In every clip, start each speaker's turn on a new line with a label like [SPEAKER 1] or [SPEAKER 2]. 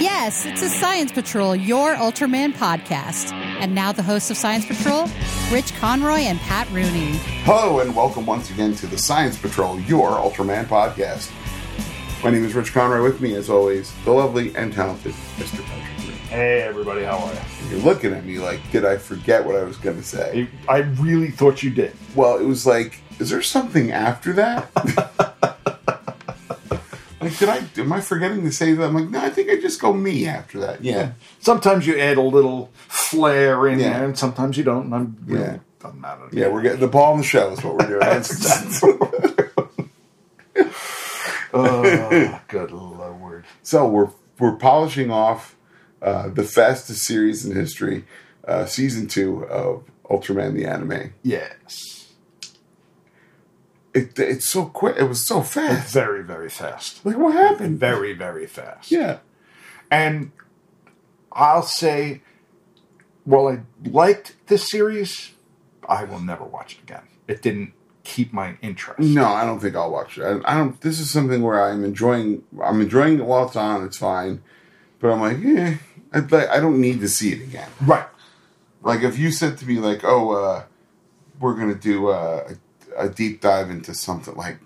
[SPEAKER 1] Yes, it's a Science Patrol, your Ultraman podcast. And now the hosts of Science Patrol, Rich Conroy and Pat Rooney.
[SPEAKER 2] Hello, and welcome once again to the Science Patrol, your Ultraman podcast. My name is Rich Conroy. With me, as always, the lovely and talented Mr. Patrick. Rooney.
[SPEAKER 3] Hey everybody, how are you?
[SPEAKER 2] You're looking at me like, did I forget what I was going to say?
[SPEAKER 3] You- I really thought you did.
[SPEAKER 2] Well, it was like, is there something after that? like, did I? Am I forgetting to say that? I'm like, no, I think I just go me after that. Yeah,
[SPEAKER 3] Sometimes you add a little flair in
[SPEAKER 2] Yeah.
[SPEAKER 3] there, and sometimes you don't. And I'm really,
[SPEAKER 2] Yeah.
[SPEAKER 3] doesn't matter. to me.
[SPEAKER 2] yeah. We're getting the ball on the show is what we're doing. That's exactly what we're doing.
[SPEAKER 3] Oh, good lord.
[SPEAKER 2] So we're we're polishing off uh, the fastest series in history, uh, season two of Ultraman the anime.
[SPEAKER 3] Yes,
[SPEAKER 2] It, it's so quick. It was so fast.
[SPEAKER 3] very very fast.
[SPEAKER 2] Like what happened?
[SPEAKER 3] Very very fast.
[SPEAKER 2] Yeah,
[SPEAKER 3] And I'll say, while I liked this series, I will never watch it again. It didn't keep my interest.
[SPEAKER 2] no, I don't think I'll watch it. I, I don't. This is something where I'm enjoying. I'm enjoying it while it's on. It's fine, but I'm like, eh. I'd like, I don't need to see it again.
[SPEAKER 3] Right.
[SPEAKER 2] Like if you said to me, like, oh, uh, we're gonna do uh, a, a deep dive into something like.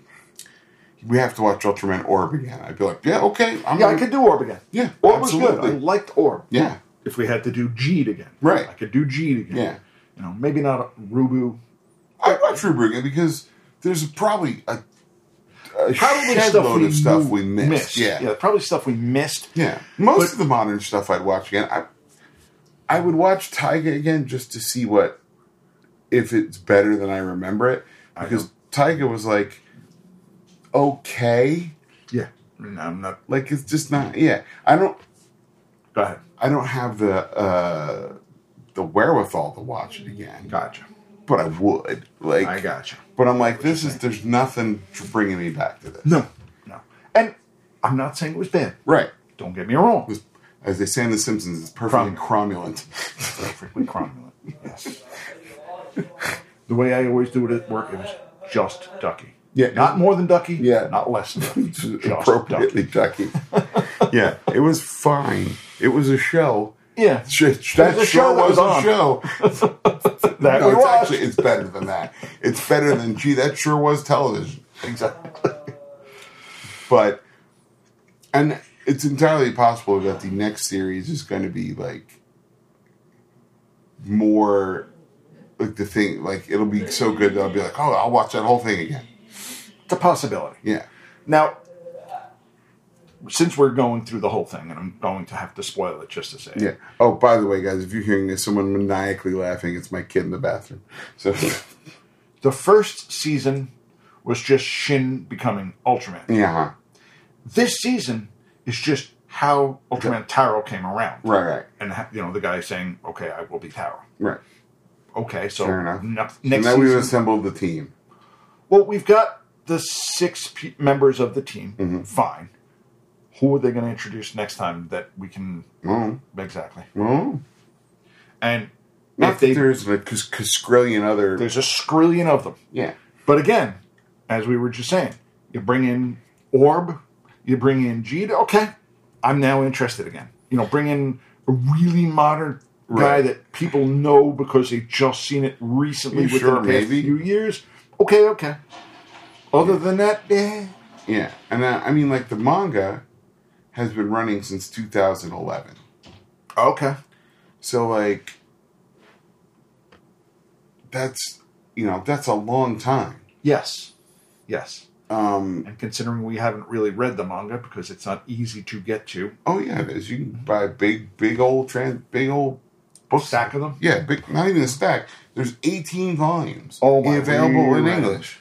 [SPEAKER 2] We have to watch Ultraman Orb again. I'd be like, yeah, okay. I'm
[SPEAKER 3] Yeah, I
[SPEAKER 2] gonna-
[SPEAKER 3] could do Orb again.
[SPEAKER 2] Yeah,
[SPEAKER 3] Orb was
[SPEAKER 2] absolutely.
[SPEAKER 3] good. I liked Orb.
[SPEAKER 2] Yeah,
[SPEAKER 3] If we had to do Jeed again,
[SPEAKER 2] Right.
[SPEAKER 3] I could do Jeed again.
[SPEAKER 2] yeah.
[SPEAKER 3] you know, maybe not Rubu.
[SPEAKER 2] I watch Rubrica because there's probably a, a
[SPEAKER 3] Probably
[SPEAKER 2] shed
[SPEAKER 3] stuff
[SPEAKER 2] load
[SPEAKER 3] we,
[SPEAKER 2] of stuff we
[SPEAKER 3] missed.
[SPEAKER 2] missed. Yeah. yeah,
[SPEAKER 3] probably stuff we missed.
[SPEAKER 2] Most
[SPEAKER 3] But-
[SPEAKER 2] of the modern stuff I'd watch again. I I would watch Taiga again just to see what if it's better than I remember it
[SPEAKER 3] I
[SPEAKER 2] because Taiga was like okay,
[SPEAKER 3] Yeah, no, I'm not.
[SPEAKER 2] like it's just not. Yeah, I don't.
[SPEAKER 3] Go ahead.
[SPEAKER 2] I don't have the uh the wherewithal to watch it again,
[SPEAKER 3] Gotcha.
[SPEAKER 2] but I would like.
[SPEAKER 3] I gotcha.
[SPEAKER 2] But I'm like, this is there's nothing bringing me back to this.
[SPEAKER 3] No, no. And I'm not saying it was bad.
[SPEAKER 2] Right.
[SPEAKER 3] Don't get me wrong.
[SPEAKER 2] As- As they say in The Simpsons, it's perfectly cromulent.
[SPEAKER 3] Perfectly cromulent. Yes. the way I always do it at work, it was just Ducky.
[SPEAKER 2] Yeah.
[SPEAKER 3] Not more than Ducky.
[SPEAKER 2] Yeah.
[SPEAKER 3] Not less than Ducky.
[SPEAKER 2] It's
[SPEAKER 3] just Ducky.
[SPEAKER 2] appropriately ducky. yeah, it was fine. It was a show.
[SPEAKER 3] Yeah.
[SPEAKER 2] Sh- That
[SPEAKER 3] was a
[SPEAKER 2] sure
[SPEAKER 3] show that
[SPEAKER 2] was,
[SPEAKER 3] was on.
[SPEAKER 2] a show.
[SPEAKER 3] That
[SPEAKER 2] No,
[SPEAKER 3] we
[SPEAKER 2] it's
[SPEAKER 3] watched.
[SPEAKER 2] actually it's better than that. It's better than gee, that sure was television.
[SPEAKER 3] exactly.
[SPEAKER 2] But and it's entirely possible that the next series is going to be like more like the thing like it'll be so good that I'll be like, oh, I'll watch that whole thing again.
[SPEAKER 3] It's a possibility.
[SPEAKER 2] Yeah,
[SPEAKER 3] Now, since we're going through the whole thing, and I'm going to have to spoil it just to say, it,
[SPEAKER 2] yeah. Oh, by the way, guys, if you're hearing this, someone maniacally laughing, it's my kid in the bathroom. So
[SPEAKER 3] the first season was just Shin becoming Ultraman.
[SPEAKER 2] yeah, huh.
[SPEAKER 3] This season is just how Ultraman Taro came around,
[SPEAKER 2] right, right,
[SPEAKER 3] And ha- you know the guy saying, "Okay, I will be Taro."
[SPEAKER 2] right.
[SPEAKER 3] Okay, so
[SPEAKER 2] Fair enough.
[SPEAKER 3] ne- next
[SPEAKER 2] and now
[SPEAKER 3] season,
[SPEAKER 2] we've assembled the team.
[SPEAKER 3] well, we've got the six pe members of the team.
[SPEAKER 2] Mm-hmm.
[SPEAKER 3] Fine. Who are they going to introduce next time that we can
[SPEAKER 2] Oh,
[SPEAKER 3] exactly?
[SPEAKER 2] oh.
[SPEAKER 3] And
[SPEAKER 2] Not
[SPEAKER 3] if they
[SPEAKER 2] that there's a cas- cascrillion other.
[SPEAKER 3] there's a scrillion of them.
[SPEAKER 2] Yeah,
[SPEAKER 3] But again, as we were just saying, you bring in Orb, you bring in Jeed. Okay, I'm now interested again. You know, bring in a really modern guy
[SPEAKER 2] Right.
[SPEAKER 3] that people know because they've just seen it recently
[SPEAKER 2] You
[SPEAKER 3] within
[SPEAKER 2] sure,
[SPEAKER 3] the past
[SPEAKER 2] maybe?
[SPEAKER 3] few years. Okay, okay. Other than that, eh.
[SPEAKER 2] yeah. And uh, I mean, like the manga has been running since 2011.
[SPEAKER 3] okay.
[SPEAKER 2] So like that's you know, that's a long time.
[SPEAKER 3] Yes, yes.
[SPEAKER 2] Um
[SPEAKER 3] And considering we haven't really read the manga because it's not easy to get to,
[SPEAKER 2] oh yeah, it is. You can buy a big big old trans big old
[SPEAKER 3] both stack of them.
[SPEAKER 2] yeah, big not even a stack. There's 18 volumes
[SPEAKER 3] Oh, my
[SPEAKER 2] available in
[SPEAKER 3] rear end.
[SPEAKER 2] English.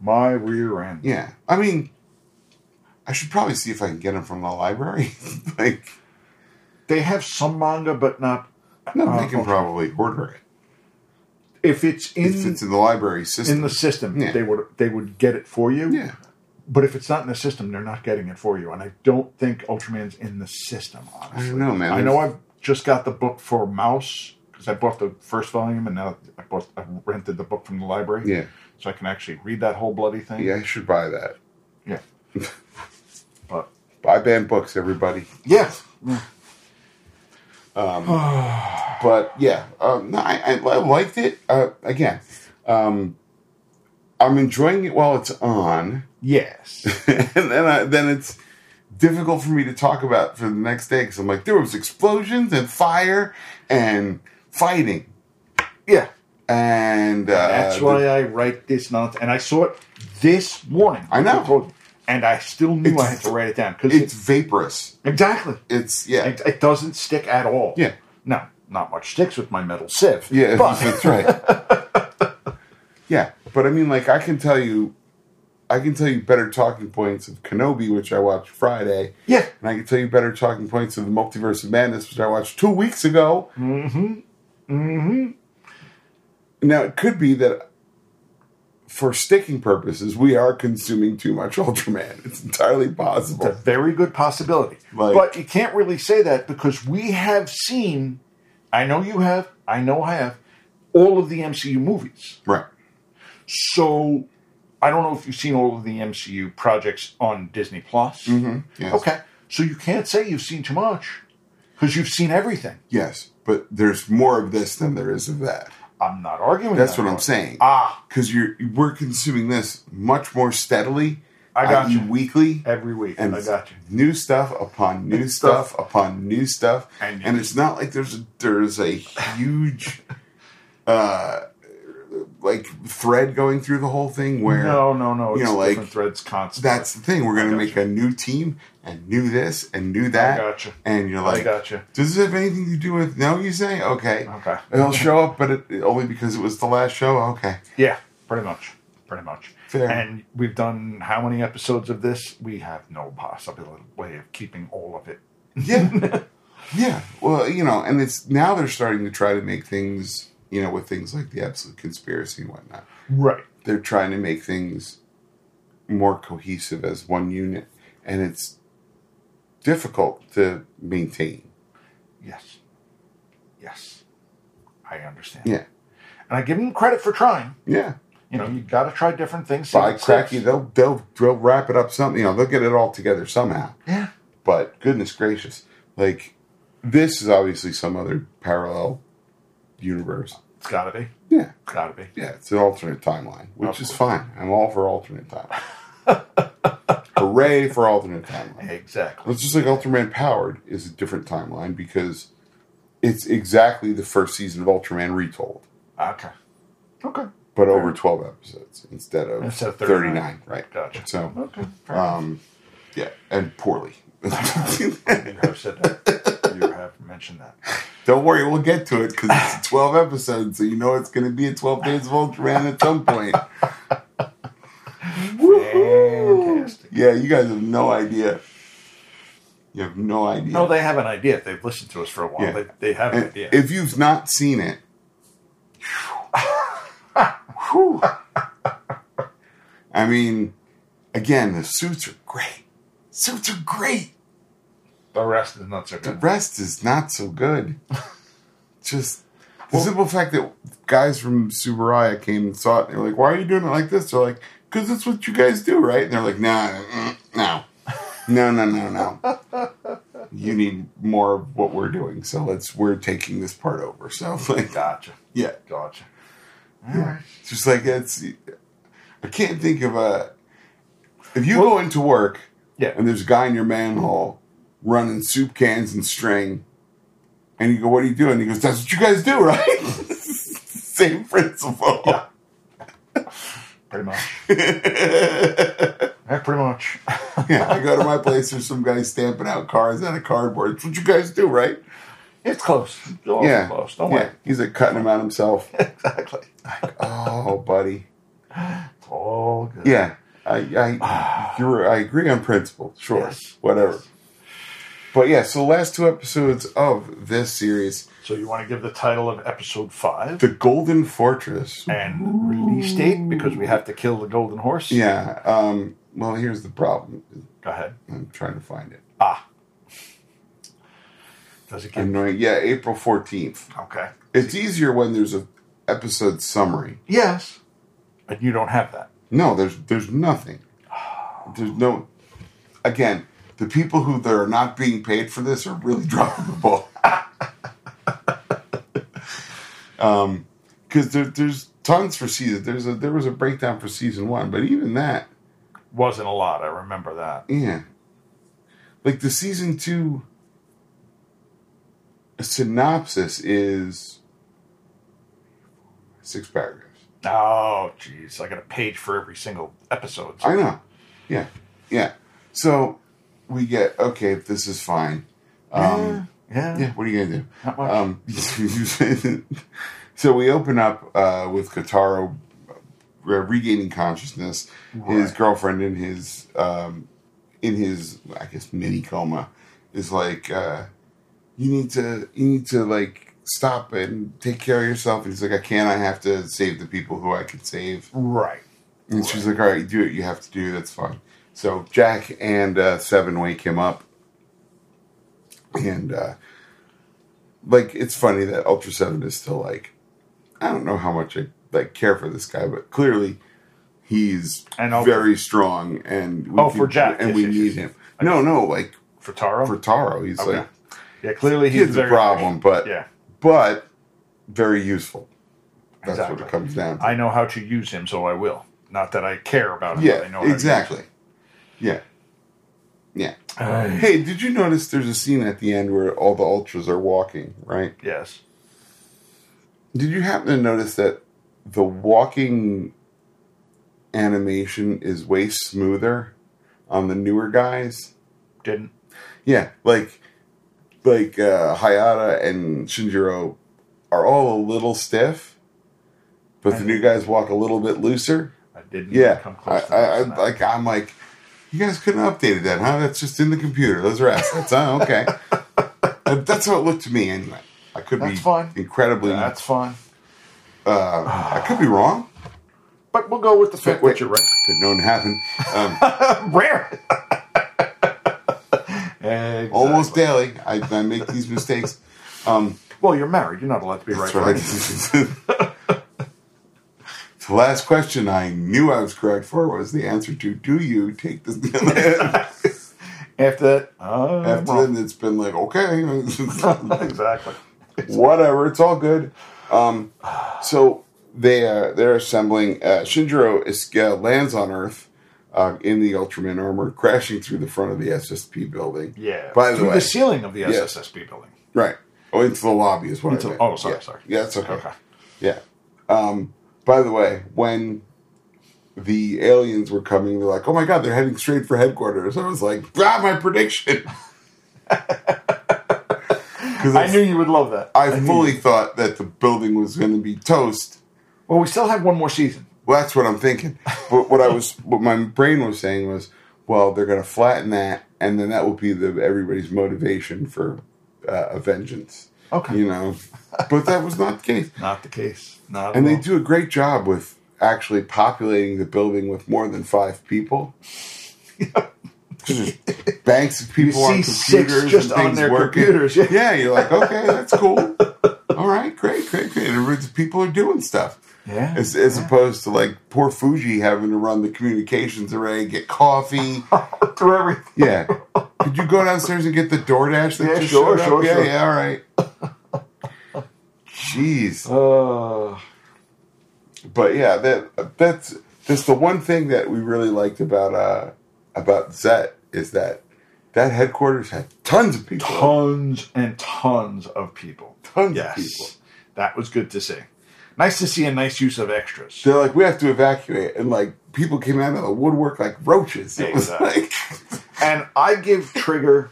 [SPEAKER 3] My rear end.
[SPEAKER 2] Yeah. I mean I should probably see if I can get them from the library. like
[SPEAKER 3] They have some manga, but not.
[SPEAKER 2] no,
[SPEAKER 3] uh,
[SPEAKER 2] they can probably order it.
[SPEAKER 3] if it's in
[SPEAKER 2] If it's in the library
[SPEAKER 3] in
[SPEAKER 2] system.
[SPEAKER 3] the system,
[SPEAKER 2] Yeah.
[SPEAKER 3] they would they would get it for you.
[SPEAKER 2] yeah.
[SPEAKER 3] But if it's not in the system, they're not getting it for you. And I don't think Ultraman's in the system.
[SPEAKER 2] I
[SPEAKER 3] Honestly,
[SPEAKER 2] don't know, man.
[SPEAKER 3] I know I've just got the book for Mouse because I bought the first volume, and now I bought I rented the book from the library,
[SPEAKER 2] Yeah.
[SPEAKER 3] so I can actually read that whole bloody thing.
[SPEAKER 2] Yeah, I should buy that.
[SPEAKER 3] yeah. but
[SPEAKER 2] I ban books, everybody. Um,
[SPEAKER 3] Yes.
[SPEAKER 2] But yeah, um, no, I, I, I liked it. Uh, again, um, I'm enjoying it while it's on,
[SPEAKER 3] Yes.
[SPEAKER 2] and then I, then it's difficult for me to talk about for the next day because I'm like, there was explosions and fire and fighting,
[SPEAKER 3] yeah.
[SPEAKER 2] and uh,
[SPEAKER 3] That's
[SPEAKER 2] the-
[SPEAKER 3] why I write this nonsense. And I saw it this morning.
[SPEAKER 2] I know.
[SPEAKER 3] told you. And I still knew I
[SPEAKER 2] It's-
[SPEAKER 3] had to write it down because
[SPEAKER 2] it's vaporous.
[SPEAKER 3] exactly
[SPEAKER 2] It's yeah,
[SPEAKER 3] it, it doesn't stick at all.
[SPEAKER 2] Yeah.
[SPEAKER 3] No, not much sticks with my metal sieve.
[SPEAKER 2] Yeah,
[SPEAKER 3] But,
[SPEAKER 2] that's right. yeah, but I mean, like, I can tell you, I can tell you better talking points of Kenobi, which I watched Friday,
[SPEAKER 3] yeah.
[SPEAKER 2] and I can tell you better talking points of the Multiverse of Madness, which I watched two weeks ago. Mm-hmm. Mm-hmm. Now it could be that. For sticking purposes, we are consuming too much Ultraman. It's entirely
[SPEAKER 3] It's a
[SPEAKER 2] possible.
[SPEAKER 3] very good possibility.
[SPEAKER 2] Like-
[SPEAKER 3] but you can't really say that because we have seen, I know you have, I know I have, all of the MCU movies.
[SPEAKER 2] Right.
[SPEAKER 3] So I don't know if you've seen all of the MCU projects on Disney Plus.
[SPEAKER 2] Mm-hmm. Yes.
[SPEAKER 3] Okay. So you can't say you've seen too much because you've seen everything.
[SPEAKER 2] Yes. But there's more of this than there is of that.
[SPEAKER 3] I'm not arguing
[SPEAKER 2] That's
[SPEAKER 3] that.
[SPEAKER 2] what I'm saying.
[SPEAKER 3] Ah,
[SPEAKER 2] because you're we're consuming this much more steadily.
[SPEAKER 3] I got
[SPEAKER 2] i.e.
[SPEAKER 3] you.
[SPEAKER 2] weekly,
[SPEAKER 3] every week.
[SPEAKER 2] and
[SPEAKER 3] I got you.
[SPEAKER 2] new stuff upon new stuff,
[SPEAKER 3] Stuff.
[SPEAKER 2] upon new stuff,
[SPEAKER 3] And-
[SPEAKER 2] and, it's not like there's a, there's a huge, uh, like thread going through the whole thing where
[SPEAKER 3] No, no, no. It's
[SPEAKER 2] you know, like,
[SPEAKER 3] different threads constantly.
[SPEAKER 2] that's the thing we're gonna
[SPEAKER 3] got
[SPEAKER 2] make a new team and new this and new that.
[SPEAKER 3] got you.
[SPEAKER 2] And you're
[SPEAKER 3] I
[SPEAKER 2] like,
[SPEAKER 3] got you.
[SPEAKER 2] does this have anything to do with? No, you say okay.
[SPEAKER 3] Okay.
[SPEAKER 2] It'll show up, but it, only because it was the last show. Okay.
[SPEAKER 3] Yeah, pretty much. Pretty much.
[SPEAKER 2] Fair.
[SPEAKER 3] And we've done how many episodes of this? We have no possible way of keeping all of it.
[SPEAKER 2] Yeah. yeah. Well, you know, and it's now they're starting to try to make things, you know, with things like the absolute conspiracy and whatnot.
[SPEAKER 3] Right.
[SPEAKER 2] They're trying to make things more cohesive as one unit, and it's difficult to maintain.
[SPEAKER 3] Yes. Yes. I understand.
[SPEAKER 2] Yeah.
[SPEAKER 3] And I give them credit for trying.
[SPEAKER 2] Yeah.
[SPEAKER 3] You know, you got to try different things. see
[SPEAKER 2] By
[SPEAKER 3] what
[SPEAKER 2] cracky,
[SPEAKER 3] sticks.
[SPEAKER 2] they'll, they'll they'll wrap it up something. You know, they'll get it all together somehow.
[SPEAKER 3] Yeah.
[SPEAKER 2] But goodness gracious, like this is obviously some other parallel universe.
[SPEAKER 3] It's got to be.
[SPEAKER 2] Yeah.
[SPEAKER 3] It's got to be.
[SPEAKER 2] Yeah, it's an alternate timeline, which is fine. I'm all for alternate timeline. Hooray for alternate timeline.
[SPEAKER 3] Exactly.
[SPEAKER 2] It's just like Ultraman Powered is a different timeline because it's exactly the first season of Ultraman retold,
[SPEAKER 3] Okay. Okay.
[SPEAKER 2] but over 12 episodes instead of,
[SPEAKER 3] Instead of
[SPEAKER 2] 39.
[SPEAKER 3] 39.
[SPEAKER 2] right?
[SPEAKER 3] Gotcha.
[SPEAKER 2] So,
[SPEAKER 3] Okay. Fair enough.
[SPEAKER 2] um, yeah, and poorly.
[SPEAKER 3] you have said that. You have mentioned that.
[SPEAKER 2] Don't worry, we'll get to it because it's 12 episodes, so you know it's going to be a 12 days of Ultraman at some point.
[SPEAKER 3] Fantastic.
[SPEAKER 2] Yeah, you guys have no idea. You have no idea.
[SPEAKER 3] No, they have an idea. They've listened to us for a while.
[SPEAKER 2] Yeah.
[SPEAKER 3] They, they have an
[SPEAKER 2] And
[SPEAKER 3] idea.
[SPEAKER 2] If you've not seen it, whew. I mean, again, the suits are great. Suits are great.
[SPEAKER 3] the rest is not so
[SPEAKER 2] The
[SPEAKER 3] good.
[SPEAKER 2] rest is not so good. Just the simple fact that guys from Subaraya came and saw it, and they're like, "Why are you doing it like this?" They're like, "Cause that's what you guys do, right?" And they're like, "Nah, mm, no, no, no, no, no. You need more of what we're doing. So let's we're taking this part over." So like,
[SPEAKER 3] Gotcha.
[SPEAKER 2] yeah,
[SPEAKER 3] Gotcha.
[SPEAKER 2] it's just like it's. I can't think of a. If you go into work
[SPEAKER 3] Yeah.
[SPEAKER 2] and there's a guy in your manhole running soup cans and string. And you go, what are you doing? He goes, that's what you guys do, right? Same principle.
[SPEAKER 3] Yeah. Pretty much. yeah, pretty much.
[SPEAKER 2] Yeah, I go to my place, there's some guy stamping out cars out of cardboard. It's what you guys do, right?
[SPEAKER 3] It's close. It's awful
[SPEAKER 2] yeah.
[SPEAKER 3] close. Don't
[SPEAKER 2] yeah.
[SPEAKER 3] worry.
[SPEAKER 2] He's like cutting them out himself.
[SPEAKER 3] Exactly.
[SPEAKER 2] oh, buddy.
[SPEAKER 3] It's all good.
[SPEAKER 2] Yeah. I I, you're, I agree on principle. Sure.
[SPEAKER 3] Yes.
[SPEAKER 2] Whatever. But yeah, so the last two episodes of this series,
[SPEAKER 3] So you want to give the title of episode five
[SPEAKER 2] The Golden Fortress.
[SPEAKER 3] and release date because we have to kill the golden horse.
[SPEAKER 2] Yeah. Um, well, here's the problem.
[SPEAKER 3] Go ahead.
[SPEAKER 2] I'm trying to find it.
[SPEAKER 3] Ah. Does it give?
[SPEAKER 2] Annoying. Yeah, April 14th.
[SPEAKER 3] Okay.
[SPEAKER 2] It's easier when there's a episode summary.
[SPEAKER 3] Yes. And you don't have that.
[SPEAKER 2] No, there's there's nothing. There's no. Again, the people who that are not being paid for this are really dropping the ball. Because Um, there, there's tons for season. There's a there was a breakdown for season one, but even that,
[SPEAKER 3] Wasn't a lot. I remember that.
[SPEAKER 2] yeah, like the season two synopsis is six paragraphs.
[SPEAKER 3] Oh, jeez. I got a page for every single episode.
[SPEAKER 2] I know. Yeah. Yeah. So we get okay, this is fine. Um
[SPEAKER 3] yeah.
[SPEAKER 2] yeah, what are you gonna do?
[SPEAKER 3] Not much.
[SPEAKER 2] Um So we open up uh, with Kataro re- regaining consciousness, his
[SPEAKER 3] Right.
[SPEAKER 2] girlfriend in his um, in his I guess mini coma is like uh, you need to you need to like stop and take care of yourself and he's like I can't I have to save the people who I can save
[SPEAKER 3] Right.
[SPEAKER 2] and she's like, all right, do it. You have to do. That's fine. So Jack and uh, Seven wake him up. And, uh, like, it's funny that Ultra Seven is still like, I don't know how much I, like, care for this guy, but clearly he's
[SPEAKER 3] And Ultra-
[SPEAKER 2] very strong. And we
[SPEAKER 3] Oh, for Jack.
[SPEAKER 2] And
[SPEAKER 3] Yes,
[SPEAKER 2] we
[SPEAKER 3] yes,
[SPEAKER 2] need
[SPEAKER 3] yes,
[SPEAKER 2] him. No, no, like,
[SPEAKER 3] For Taro?
[SPEAKER 2] for Taro, he's
[SPEAKER 3] Okay.
[SPEAKER 2] like,
[SPEAKER 3] yeah, clearly
[SPEAKER 2] he's
[SPEAKER 3] he's
[SPEAKER 2] a
[SPEAKER 3] very-
[SPEAKER 2] problem, but,
[SPEAKER 3] Yeah.
[SPEAKER 2] but very useful. That's what
[SPEAKER 3] Exactly.
[SPEAKER 2] it comes down to.
[SPEAKER 3] I know how to use him, so I will. Not that I care about him. but I
[SPEAKER 2] Yeah,
[SPEAKER 3] know how to
[SPEAKER 2] exactly. Yeah. Yeah.
[SPEAKER 3] use him. Um,
[SPEAKER 2] Hey, did you notice there's a scene at the end where all the ultras are walking, right?
[SPEAKER 3] yes.
[SPEAKER 2] Did you happen to notice that the walking animation is way smoother on the newer guys?
[SPEAKER 3] Didn't.
[SPEAKER 2] Yeah, like like uh, Hayata and Shinjiro are all a little stiff, but the new guys walk a little bit looser.
[SPEAKER 3] I didn't
[SPEAKER 2] Yeah,
[SPEAKER 3] come
[SPEAKER 2] I,
[SPEAKER 3] close to
[SPEAKER 2] I, I
[SPEAKER 3] that.
[SPEAKER 2] like. I'm like, you guys couldn't update it then, huh? That's just in the computer. Those are assets, huh? Okay, Uh, that's how it looked to me anyway. I could be
[SPEAKER 3] That's fine.
[SPEAKER 2] incredibly.
[SPEAKER 3] That's fine.
[SPEAKER 2] I could be wrong.
[SPEAKER 3] But we'll go with the
[SPEAKER 2] Wait.
[SPEAKER 3] fit which you're
[SPEAKER 2] Could known happen. Um,
[SPEAKER 3] Rare. exactly.
[SPEAKER 2] almost daily, I, I make these mistakes. Um,
[SPEAKER 3] Well, you're married. You're not allowed to be
[SPEAKER 2] that's
[SPEAKER 3] right. for
[SPEAKER 2] right.
[SPEAKER 3] anything.
[SPEAKER 2] the last question I knew I was correct for was the answer to "Do you take this?"
[SPEAKER 3] After that, uh,
[SPEAKER 2] After
[SPEAKER 3] well,
[SPEAKER 2] then, it's been like okay.
[SPEAKER 3] exactly.
[SPEAKER 2] whatever. It's all good. Um, so they uh, they're assembling. Uh, Shinjiro is, uh, lands on Earth uh, in the Ultraman armor, crashing through the front of the SSP building.
[SPEAKER 3] Yeah.
[SPEAKER 2] By the
[SPEAKER 3] Through
[SPEAKER 2] way,
[SPEAKER 3] the ceiling of the
[SPEAKER 2] Yes.
[SPEAKER 3] SSSB building.
[SPEAKER 2] right? Oh, into the lobby is what.
[SPEAKER 3] Into-
[SPEAKER 2] I meant.
[SPEAKER 3] oh, sorry,
[SPEAKER 2] yeah.
[SPEAKER 3] sorry.
[SPEAKER 2] Yeah, that's okay.
[SPEAKER 3] Okay.
[SPEAKER 2] Yeah. Um, by the way, when the aliens were coming, they're like, "Oh my god, they're heading straight for headquarters." I was like, "Ah, my prediction." 'Cause
[SPEAKER 3] I knew you would love that.
[SPEAKER 2] I fully thought that the building was going to be toast.
[SPEAKER 3] Well, we still have one more season.
[SPEAKER 2] Well, that's what I'm thinking. But what I was, what my brain was saying was, well, they're going to flatten that, and then that will be the everybody's motivation for uh, a vengeance.
[SPEAKER 3] Okay.
[SPEAKER 2] you know, but that was not the case.
[SPEAKER 3] Not the case. Not.
[SPEAKER 2] And
[SPEAKER 3] at
[SPEAKER 2] they
[SPEAKER 3] all.
[SPEAKER 2] do a great job with actually populating the building with more than five people. 'Cause there's banks of people on
[SPEAKER 3] see
[SPEAKER 2] computers
[SPEAKER 3] six
[SPEAKER 2] and
[SPEAKER 3] just on
[SPEAKER 2] things
[SPEAKER 3] their
[SPEAKER 2] working.
[SPEAKER 3] computers, yeah.
[SPEAKER 2] yeah, you're like, okay, that's cool. All right, great, great, great. Everybody's- People are doing stuff.
[SPEAKER 3] Yeah.
[SPEAKER 2] As, as opposed to like poor Fuji having to run the communications array, get coffee.
[SPEAKER 3] through everything.
[SPEAKER 2] Yeah. Could you go downstairs and get the DoorDash that
[SPEAKER 3] Yeah,
[SPEAKER 2] just
[SPEAKER 3] sure,
[SPEAKER 2] showed up?
[SPEAKER 3] sure,
[SPEAKER 2] yeah,
[SPEAKER 3] sure.
[SPEAKER 2] yeah, all right. Jeez.
[SPEAKER 3] Uh,
[SPEAKER 2] but yeah, that that's just the one thing that we really liked about uh about Zet is that that headquarters had tons of people.
[SPEAKER 3] tons and tons of people.
[SPEAKER 2] Tons of
[SPEAKER 3] yes.
[SPEAKER 2] people.
[SPEAKER 3] That was good to see. Nice to see a nice use of extras.
[SPEAKER 2] They're like, we have to evacuate, and like people came out of the woodwork like roaches. It was
[SPEAKER 3] Exactly.
[SPEAKER 2] like
[SPEAKER 3] And I give Trigger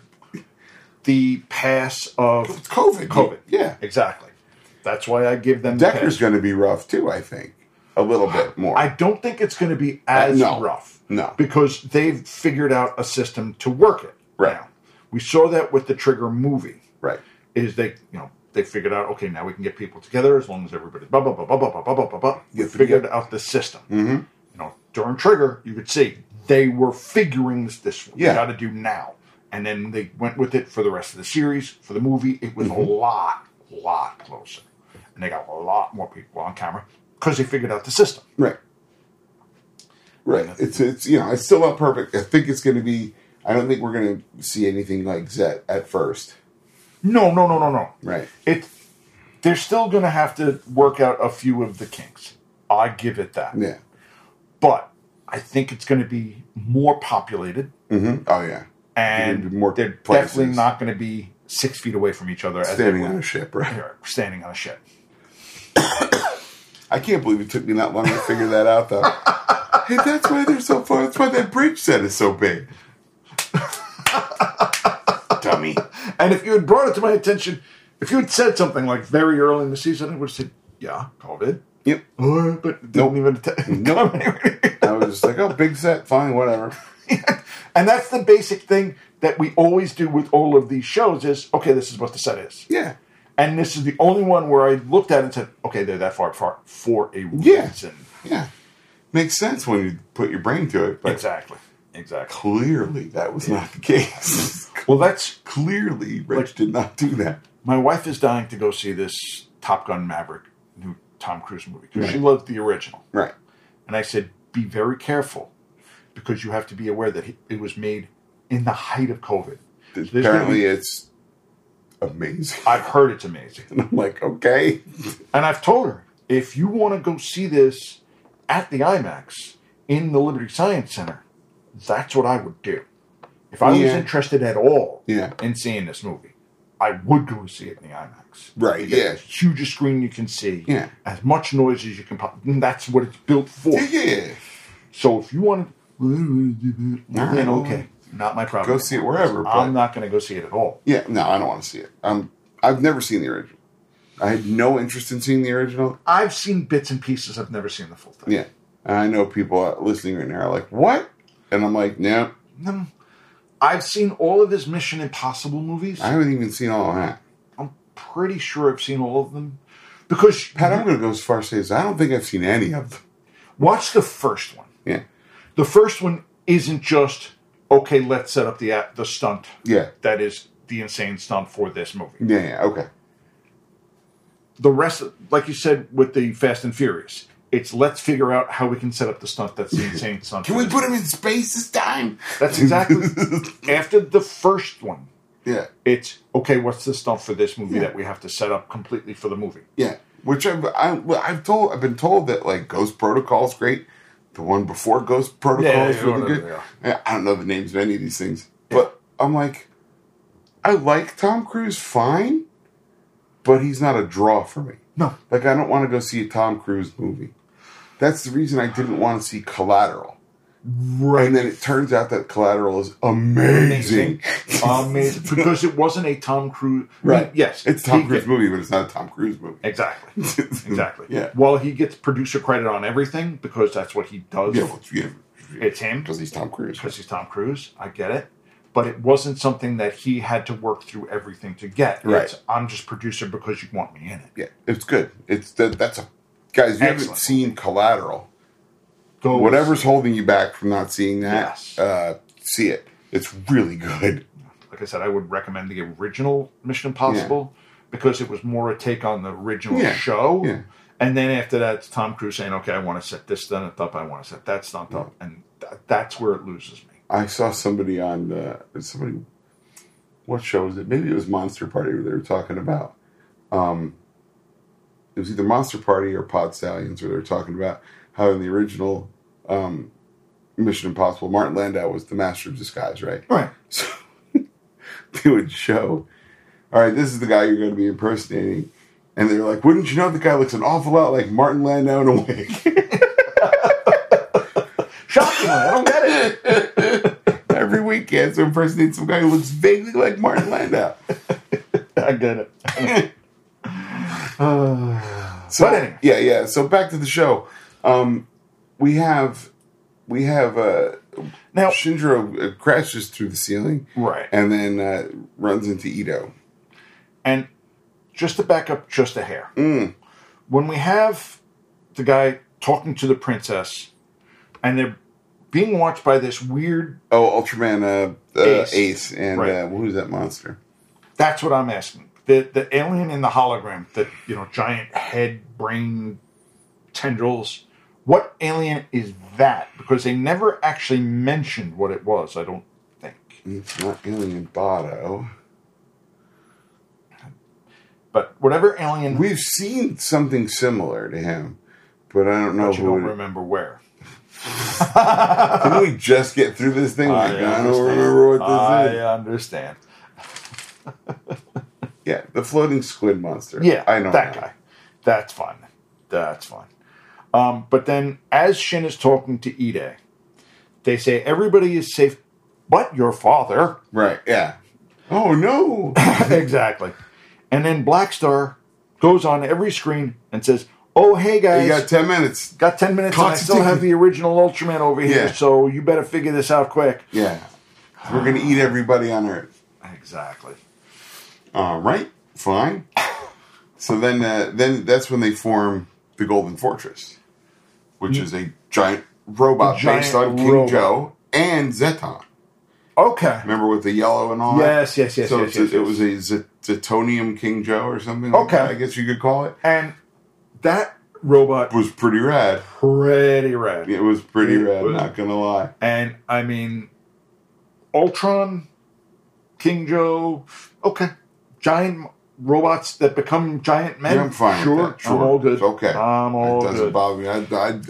[SPEAKER 3] the pass of
[SPEAKER 2] it's COVID.
[SPEAKER 3] COVID.
[SPEAKER 2] Yeah,
[SPEAKER 3] Exactly. That's why I give them
[SPEAKER 2] Decker's
[SPEAKER 3] the pass.
[SPEAKER 2] going to be rough too. I think a little bit more.
[SPEAKER 3] I don't think it's going to be as
[SPEAKER 2] Uh, no.
[SPEAKER 3] rough.
[SPEAKER 2] No.
[SPEAKER 3] Because they've figured out a system to work it.
[SPEAKER 2] Right.
[SPEAKER 3] Now. We saw that with the Trigger movie.
[SPEAKER 2] right.
[SPEAKER 3] Is they, you know, they figured out, okay, now we can get people together as long as everybody, blah, blah, blah, blah, blah, blah, blah, blah, blah, blah. We
[SPEAKER 2] Yes, we
[SPEAKER 3] figured
[SPEAKER 2] did.
[SPEAKER 3] out the system. Mm-hmm. You know, during Trigger, you could see they were figuring this, this we
[SPEAKER 2] Yeah.
[SPEAKER 3] got to do now. And then they went with it for the rest of the series, for the movie. It was a lot, lot closer. And they got a lot more people on camera because they figured out the system.
[SPEAKER 2] Right. Right. It's it's you know it's still not perfect. I think it's going to be I don't think we're going to see anything like Zet at first.
[SPEAKER 3] No, no, no, no, no.
[SPEAKER 2] Right.
[SPEAKER 3] It. They're still going to have to work out a few of the kinks. I give it that.
[SPEAKER 2] Yeah.
[SPEAKER 3] But I think it's going to be more populated,
[SPEAKER 2] Mm-hmm. Oh, yeah. There'll
[SPEAKER 3] and
[SPEAKER 2] be more
[SPEAKER 3] they're
[SPEAKER 2] places.
[SPEAKER 3] definitely not going to be six feet away from each other
[SPEAKER 2] Standing
[SPEAKER 3] as
[SPEAKER 2] on
[SPEAKER 3] they
[SPEAKER 2] a ship, right?
[SPEAKER 3] were standing on a ship.
[SPEAKER 2] I can't believe it took me that long to figure that out, though. hey, that's why they're so far. That's why that bridge set is so big. Dummy.
[SPEAKER 3] And if you had brought it to my attention, if you had said something like very early in the season, I would have said, "Yeah, COVID."
[SPEAKER 2] Yep.
[SPEAKER 3] Uh, but don't
[SPEAKER 2] Nope.
[SPEAKER 3] even att-
[SPEAKER 2] Nope. I was just like, oh, big set, fine, whatever.
[SPEAKER 3] and that's the basic thing that we always do with all of these shows is okay this is what the set is
[SPEAKER 2] Yeah.
[SPEAKER 3] and this is the only one where i looked at it and said okay they're that far apart for a
[SPEAKER 2] Yeah.
[SPEAKER 3] reason
[SPEAKER 2] Yeah. Makes sense when you put your brain to it, but
[SPEAKER 3] exactly exactly
[SPEAKER 2] clearly that was not the case.
[SPEAKER 3] well that's
[SPEAKER 2] clearly, Rich did not do that.
[SPEAKER 3] my wife is dying to go see this top gun maverick new tom cruise movie because she
[SPEAKER 2] Right.
[SPEAKER 3] loved the original
[SPEAKER 2] Right.
[SPEAKER 3] and i said be very careful because you have to be aware that he- it was made in the height of covid So there's gonna
[SPEAKER 2] Apparently,
[SPEAKER 3] be-
[SPEAKER 2] it's amazing.
[SPEAKER 3] i've heard it's amazing
[SPEAKER 2] And I'm like, okay.
[SPEAKER 3] And I've told her, if you want to go see this at the IMAX in the Liberty Science Center, that's what I would do. If I was
[SPEAKER 2] Yeah.
[SPEAKER 3] interested at all
[SPEAKER 2] Yeah.
[SPEAKER 3] in seeing this movie, I would go see it in the IMAX.
[SPEAKER 2] Right,
[SPEAKER 3] You get
[SPEAKER 2] yeah.
[SPEAKER 3] The hugest screen you can see.
[SPEAKER 2] Yeah.
[SPEAKER 3] As much noise as you can pop. And that's what it's built for.
[SPEAKER 2] Yeah.
[SPEAKER 3] So if you want to. Then okay. Not my problem.
[SPEAKER 2] Go see it wherever, but-
[SPEAKER 3] I'm not going to go see it at all.
[SPEAKER 2] Yeah. No, I don't want to see it. Um, I've never seen the original. I had no interest in seeing the original.
[SPEAKER 3] I've seen bits and pieces. I've never seen the full thing.
[SPEAKER 2] Yeah. And I know people uh, listening right now are like, what? And I'm like, no,
[SPEAKER 3] No. I've seen all of his Mission Impossible movies.
[SPEAKER 2] I haven't even seen all of that.
[SPEAKER 3] I'm pretty sure I've seen all of them. Because
[SPEAKER 2] Pat, I'm going to go as far as to say this. I don't think I've seen any of them.
[SPEAKER 3] watch the first one.
[SPEAKER 2] Yeah.
[SPEAKER 3] The first one isn't just okay. Let's set up the act- the stunt
[SPEAKER 2] Yeah.
[SPEAKER 3] that is the insane stunt for this movie.
[SPEAKER 2] Yeah, yeah, okay.
[SPEAKER 3] The rest, like you said, with the Fast and Furious, it's let's figure out how we can set up the stunt that's the insane stunt.
[SPEAKER 2] Can
[SPEAKER 3] for
[SPEAKER 2] we
[SPEAKER 3] this
[SPEAKER 2] put
[SPEAKER 3] movie.
[SPEAKER 2] him in space this time?
[SPEAKER 3] That's exactly after the first one.
[SPEAKER 2] Yeah,
[SPEAKER 3] It's okay. What's the stunt for this movie
[SPEAKER 2] Yeah.
[SPEAKER 3] that we have to set up completely for the movie?
[SPEAKER 2] yeah. Which I've, I, well, I've told, I've been told that like Ghost Protocol is great. The one before Ghost Protocol
[SPEAKER 3] Yeah,
[SPEAKER 2] is
[SPEAKER 3] yeah,
[SPEAKER 2] really
[SPEAKER 3] whatever,
[SPEAKER 2] good. Yeah, I don't know the names of any of these things, but I'm like, I like Tom Cruise fine, but he's not a draw for me.
[SPEAKER 3] No,
[SPEAKER 2] Like I don't want to go see a Tom Cruise movie. That's the reason I didn't want to see Collateral.
[SPEAKER 3] right.
[SPEAKER 2] And then it turns out that Collateral is amazing.
[SPEAKER 3] Amazing. because it wasn't a Tom Cruise.
[SPEAKER 2] Right.
[SPEAKER 3] Yes.
[SPEAKER 2] It's a Tom
[SPEAKER 3] he
[SPEAKER 2] Cruise
[SPEAKER 3] get-
[SPEAKER 2] movie, but it's not a Tom Cruise movie.
[SPEAKER 3] Exactly. Exactly.
[SPEAKER 2] Yeah.
[SPEAKER 3] While he gets producer credit on everything because that's what he does.
[SPEAKER 2] Yeah, well, yeah,
[SPEAKER 3] It's him
[SPEAKER 2] because he's Tom Cruise.
[SPEAKER 3] because he's Tom Cruise. I get it. But it wasn't something that he had to work through everything to get.
[SPEAKER 2] Right.
[SPEAKER 3] It's, I'm just producer because you want me in it.
[SPEAKER 2] Yeah, it's good. It's that. That's a guys. You haven't
[SPEAKER 3] Excellent.
[SPEAKER 2] seen Collateral.
[SPEAKER 3] Go
[SPEAKER 2] Whatever's holding you back from not seeing that,
[SPEAKER 3] Yes.
[SPEAKER 2] uh, see it. It's really good.
[SPEAKER 3] Like I said, I would recommend the original Mission Impossible because it was more a take on the original
[SPEAKER 2] Yeah.
[SPEAKER 3] show.
[SPEAKER 2] Yeah.
[SPEAKER 3] And then after that, it's Tom Cruise saying, "Okay, I want to set this stunt up. I want to set that stunt up," and th- that's where it loses me.
[SPEAKER 2] I saw somebody on uh, somebody. What show was it? Maybe it was Monster Party where they were talking about. Um, it was either Monster Party or Pod Stallions where they were talking about how in the original um, Mission Impossible, Martin Landau was the master of disguise, right?
[SPEAKER 3] Right.
[SPEAKER 2] So they would show, all right, this is the guy you're going to be impersonating. And they're like, wouldn't you know the guy looks an awful lot like Martin Landau in a wig?
[SPEAKER 3] Shockingly, I don't get it.
[SPEAKER 2] Every week he has to impersonate some guy who looks vaguely like Martin Landau.
[SPEAKER 3] I get it.
[SPEAKER 2] So
[SPEAKER 3] But anyway.
[SPEAKER 2] yeah, yeah. So back to the show. Um, we have we have uh,
[SPEAKER 3] Now,
[SPEAKER 2] Shinjiro uh, crashes through the ceiling,
[SPEAKER 3] Right.
[SPEAKER 2] and then uh, runs into Ito.
[SPEAKER 3] and just to back up just a hair,
[SPEAKER 2] Mm.
[SPEAKER 3] when we have the guy talking to the princess, and they're being watched by this weird.
[SPEAKER 2] Oh, Ultraman uh, uh,
[SPEAKER 3] Ace.
[SPEAKER 2] Ace. and
[SPEAKER 3] Right.
[SPEAKER 2] uh, who's that monster?
[SPEAKER 3] That's what I'm asking. The the alien in the hologram, the you know giant head, brain, tendrils. What alien is that? Because they never actually mentioned what it was. I don't think.
[SPEAKER 2] It's not Alien Botto.
[SPEAKER 3] But whatever alien
[SPEAKER 2] We've seen something similar to him, but I don't know
[SPEAKER 3] but you
[SPEAKER 2] who.
[SPEAKER 3] don't
[SPEAKER 2] it-
[SPEAKER 3] remember where.
[SPEAKER 2] Can we just get through this thing? Like, I don't
[SPEAKER 3] Ah, understand. Ah,
[SPEAKER 2] remember what this
[SPEAKER 3] I
[SPEAKER 2] is.
[SPEAKER 3] understand.
[SPEAKER 2] Yeah, the floating squid monster.
[SPEAKER 3] Yeah,
[SPEAKER 2] I know
[SPEAKER 3] that
[SPEAKER 2] now.
[SPEAKER 3] guy. That's fun. That's fun. Um, but then, as Shin is talking to Ide, they say everybody is safe, but your father.
[SPEAKER 2] Right? Yeah. Oh no!
[SPEAKER 3] exactly. And then Black Star goes on every screen and says, "Oh hey guys,
[SPEAKER 2] you got ten minutes.
[SPEAKER 3] got ten minutes, and I still
[SPEAKER 2] Constantine.
[SPEAKER 3] have the original Ultraman over here,
[SPEAKER 2] Yeah.
[SPEAKER 3] so you better figure this out quick."
[SPEAKER 2] Yeah, we're gonna eat everybody on Earth.
[SPEAKER 3] Exactly. Uh,
[SPEAKER 2] All right, fine. So then, uh, then that's when they form the Golden Fortress, which is a giant robot
[SPEAKER 3] Mm. Giant
[SPEAKER 2] based on King
[SPEAKER 3] robot.
[SPEAKER 2] Joe and Zeton.
[SPEAKER 3] Okay.
[SPEAKER 2] Remember with the yellow and all
[SPEAKER 3] Yes,
[SPEAKER 2] that?
[SPEAKER 3] yes, yes,
[SPEAKER 2] So
[SPEAKER 3] yes,
[SPEAKER 2] it's
[SPEAKER 3] yes,
[SPEAKER 2] a, it
[SPEAKER 3] yes.
[SPEAKER 2] was a Z- Zetonium King Joe or something. Like
[SPEAKER 3] Okay.
[SPEAKER 2] that, I guess you could call it.
[SPEAKER 3] And that robot
[SPEAKER 2] It was pretty rad.
[SPEAKER 3] pretty rad.
[SPEAKER 2] It was pretty
[SPEAKER 3] It
[SPEAKER 2] rad.
[SPEAKER 3] was-
[SPEAKER 2] Not gonna lie.
[SPEAKER 3] And I mean, Ultron, King Joe, okay, giant robots that become giant men.
[SPEAKER 2] Yeah, I'm fine. with
[SPEAKER 3] Sure,
[SPEAKER 2] that. sure.
[SPEAKER 3] I'm all good.
[SPEAKER 2] It's okay.
[SPEAKER 3] I'm all
[SPEAKER 2] It doesn't
[SPEAKER 3] good.
[SPEAKER 2] bother me. I, I,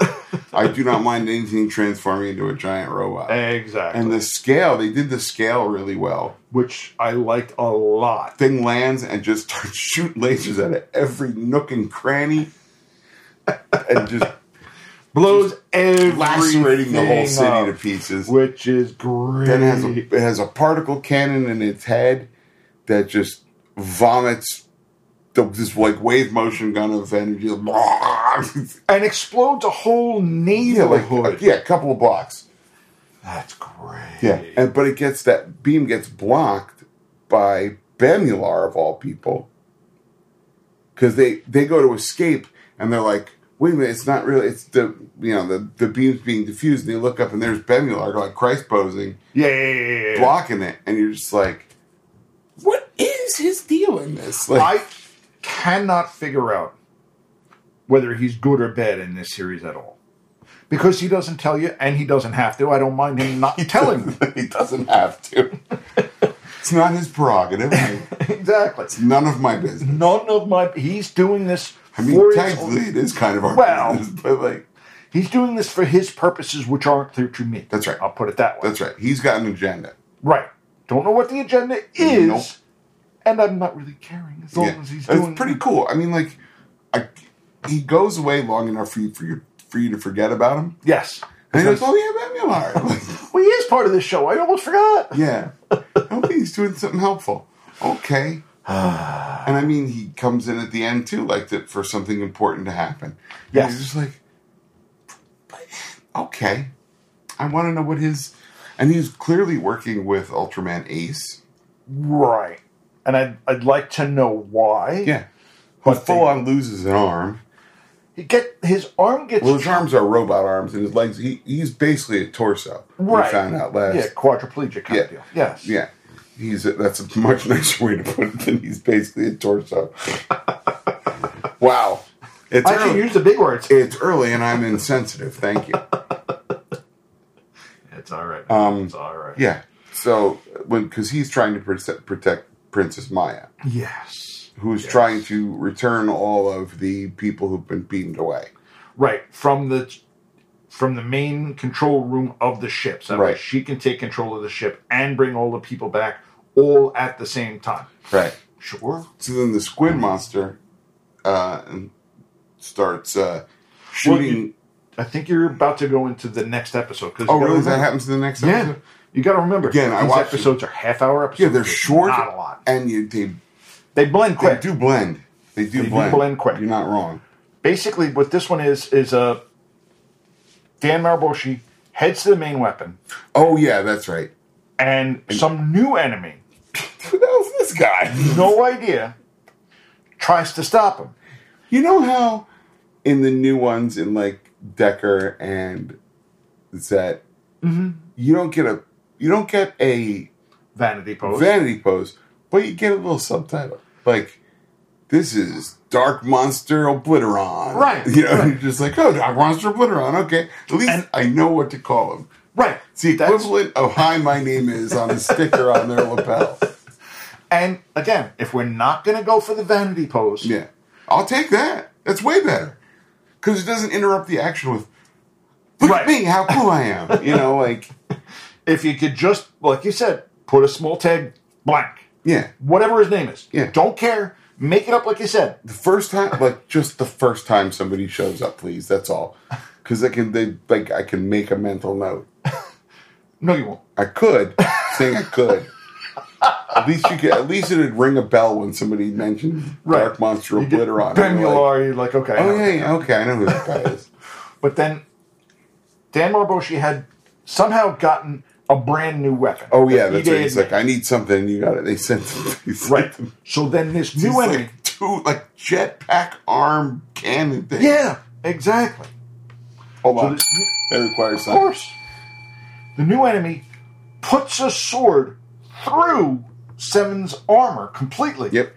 [SPEAKER 2] I do not mind anything transforming into a giant robot.
[SPEAKER 3] Exactly.
[SPEAKER 2] and the scale, they did the scale really well.
[SPEAKER 3] Which I liked a lot.
[SPEAKER 2] Thing lands and just starts shooting lasers out of every nook and cranny, and just
[SPEAKER 3] Blows everything
[SPEAKER 2] lacerating the whole city
[SPEAKER 3] up,
[SPEAKER 2] to pieces.
[SPEAKER 3] which is great.
[SPEAKER 2] Then it has a, it has a particle cannon in its head that just vomits the, this like wave motion gun of energy.
[SPEAKER 3] and explodes a whole
[SPEAKER 2] yeah, like
[SPEAKER 3] neighborhood.
[SPEAKER 2] a, yeah, a couple of blocks.
[SPEAKER 3] That's great.
[SPEAKER 2] Yeah, and but it gets that beam gets blocked by Bemular of all people, because they they go to escape and they're like, wait a minute, it's not really, it's the you know the the beam's being diffused. And they look up and there's Bemular like Christ posing,
[SPEAKER 3] yeah, yeah, yeah, yeah, yeah.
[SPEAKER 2] blocking it, and you're just like, what is his deal in this? Like,
[SPEAKER 3] I cannot figure out whether he's good or bad in this series at all. Because he doesn't tell you, and he doesn't have to. I don't mind him not telling me.
[SPEAKER 2] he doesn't have to. it's not his prerogative.
[SPEAKER 3] exactly.
[SPEAKER 2] None of my business.
[SPEAKER 3] None of my. He's doing this
[SPEAKER 2] I mean,
[SPEAKER 3] for his
[SPEAKER 2] technically,
[SPEAKER 3] own,
[SPEAKER 2] it is kind of our
[SPEAKER 3] Well-
[SPEAKER 2] business, but like.
[SPEAKER 3] He's doing this for his purposes, which aren't clear to me.
[SPEAKER 2] That's right.
[SPEAKER 3] I'll put it that way.
[SPEAKER 2] That's right. He's got an agenda.
[SPEAKER 3] right. Don't know what the agenda is,
[SPEAKER 2] Nope.
[SPEAKER 3] and I'm not really caring as long
[SPEAKER 2] Yeah.
[SPEAKER 3] as he's
[SPEAKER 2] It's
[SPEAKER 3] doing.
[SPEAKER 2] pretty cool. I mean, like, I, he goes away long enough for you for you for you to forget about him,
[SPEAKER 3] Yes.
[SPEAKER 2] and he goes, "Oh yeah, Bemular." Like,
[SPEAKER 3] Well, he is part of this show. I almost forgot.
[SPEAKER 2] yeah, okay, he's doing something helpful. Okay, and I mean, he comes in at the end too, like that for something important to happen. Yeah,
[SPEAKER 3] Yes.
[SPEAKER 2] he's just like, okay, I want to know what his, and he's clearly working with Ultraman Ace.
[SPEAKER 3] Right. And I'd, I'd like to know why.
[SPEAKER 2] Yeah, who
[SPEAKER 3] But they-
[SPEAKER 2] full on loses an arm.
[SPEAKER 3] He get his arm gets
[SPEAKER 2] Well, his arms are robot arms, and his legs, he, he's basically a torso.
[SPEAKER 3] right.
[SPEAKER 2] We found out last.
[SPEAKER 3] Yeah, quadriplegic kind
[SPEAKER 2] Yeah.
[SPEAKER 3] of deal. Yes.
[SPEAKER 2] Yeah. He's that's a much nicer way to put it than he's basically a torso. wow. It's
[SPEAKER 3] I can
[SPEAKER 2] early.
[SPEAKER 3] use the big words.
[SPEAKER 2] it's early and I'm insensitive. Thank you.
[SPEAKER 3] It's all right. it's all right.
[SPEAKER 2] Um, Yeah. So, when because he's trying to protect, protect Princess Maya,
[SPEAKER 3] Yes.
[SPEAKER 2] who's trying to return all of the people who've been beaten away.
[SPEAKER 3] Right. From the from the main control room of the ship. So that way
[SPEAKER 2] Right.
[SPEAKER 3] she can take control of the ship and bring all the people back all at the same time.
[SPEAKER 2] Right.
[SPEAKER 3] Sure.
[SPEAKER 2] So then the squid monster uh, starts uh,
[SPEAKER 3] Well,
[SPEAKER 2] shooting.
[SPEAKER 3] you- I think you're about to go into the next episode. 'cause
[SPEAKER 2] Oh,
[SPEAKER 3] you gotta
[SPEAKER 2] really? That
[SPEAKER 3] remember-
[SPEAKER 2] happens in the next
[SPEAKER 3] Yeah.
[SPEAKER 2] episode?
[SPEAKER 3] You got to remember.
[SPEAKER 2] Again, I
[SPEAKER 3] these
[SPEAKER 2] watched-
[SPEAKER 3] episodes are half hour episodes.
[SPEAKER 2] Yeah, they're
[SPEAKER 3] There's
[SPEAKER 2] short.
[SPEAKER 3] Not a lot.
[SPEAKER 2] And you, they,
[SPEAKER 3] They blend
[SPEAKER 2] they
[SPEAKER 3] quick.
[SPEAKER 2] do blend. They do
[SPEAKER 3] do
[SPEAKER 2] blend.
[SPEAKER 3] blend quick.
[SPEAKER 2] You're not wrong.
[SPEAKER 3] basically what this one is is uh, Dan Marboshi heads to the main weapon
[SPEAKER 2] Oh, yeah, that's right.
[SPEAKER 3] and some new enemy,
[SPEAKER 2] Who the hell's this guy?
[SPEAKER 3] no idea, tries to stop him.
[SPEAKER 2] You know how in the new ones, in like Decker and Zet,
[SPEAKER 3] Mm-hmm.
[SPEAKER 2] you don't get a you don't get a
[SPEAKER 3] Vanity pose.
[SPEAKER 2] vanity pose, but you get a little subtitle. Like, this is Dark Monster Obliteron.
[SPEAKER 3] Right,
[SPEAKER 2] You know,
[SPEAKER 3] right.
[SPEAKER 2] you're just like, oh, Dark Monster Obliteron. Okay. At least
[SPEAKER 3] And-
[SPEAKER 2] I know what to call him.
[SPEAKER 3] Right.
[SPEAKER 2] It's the equivalent of "Hi, my name is" on a sticker on their lapel.
[SPEAKER 3] And again, if we're not going to go for the vanity pose,
[SPEAKER 2] Yeah, I'll take that. That's way better because it doesn't interrupt the action with "Look
[SPEAKER 3] Right.
[SPEAKER 2] at me, how cool I am." You know, like
[SPEAKER 3] if you could just, like you said, put a small tag blank,
[SPEAKER 2] yeah,
[SPEAKER 3] whatever his name is.
[SPEAKER 2] Yeah.
[SPEAKER 3] Don't care. Make it up like you said.
[SPEAKER 2] the first time, like just the first time somebody shows up, please. That's all. Because I can, they like I can make a mental note.
[SPEAKER 3] No, you won't.
[SPEAKER 2] I could, saying I could. At least you could. At least it would ring a bell when somebody mentioned Dark Monster
[SPEAKER 3] You get
[SPEAKER 2] Obliteron.
[SPEAKER 3] Ben
[SPEAKER 2] And you're like,
[SPEAKER 3] Millar, you're like, okay. I
[SPEAKER 2] oh
[SPEAKER 3] know.
[SPEAKER 2] yeah, yeah, okay, I know who that guy is.
[SPEAKER 3] But then Dan Marboshi had somehow gotten a brand new weapon.
[SPEAKER 2] Oh yeah,
[SPEAKER 3] That
[SPEAKER 2] that's right.
[SPEAKER 3] E-Day
[SPEAKER 2] He's
[SPEAKER 3] had
[SPEAKER 2] like, I need something. and You got it. They sent. They sent
[SPEAKER 3] made. right.
[SPEAKER 2] them-
[SPEAKER 3] So then this
[SPEAKER 2] He's
[SPEAKER 3] new enemy.
[SPEAKER 2] like two like jetpack arm cannon thing.
[SPEAKER 3] yeah, exactly.
[SPEAKER 2] hold
[SPEAKER 3] So
[SPEAKER 2] on.
[SPEAKER 3] this, new-
[SPEAKER 2] that requires
[SPEAKER 3] of
[SPEAKER 2] something.
[SPEAKER 3] course, the new enemy puts a sword through Seven's armor completely.
[SPEAKER 2] Yep.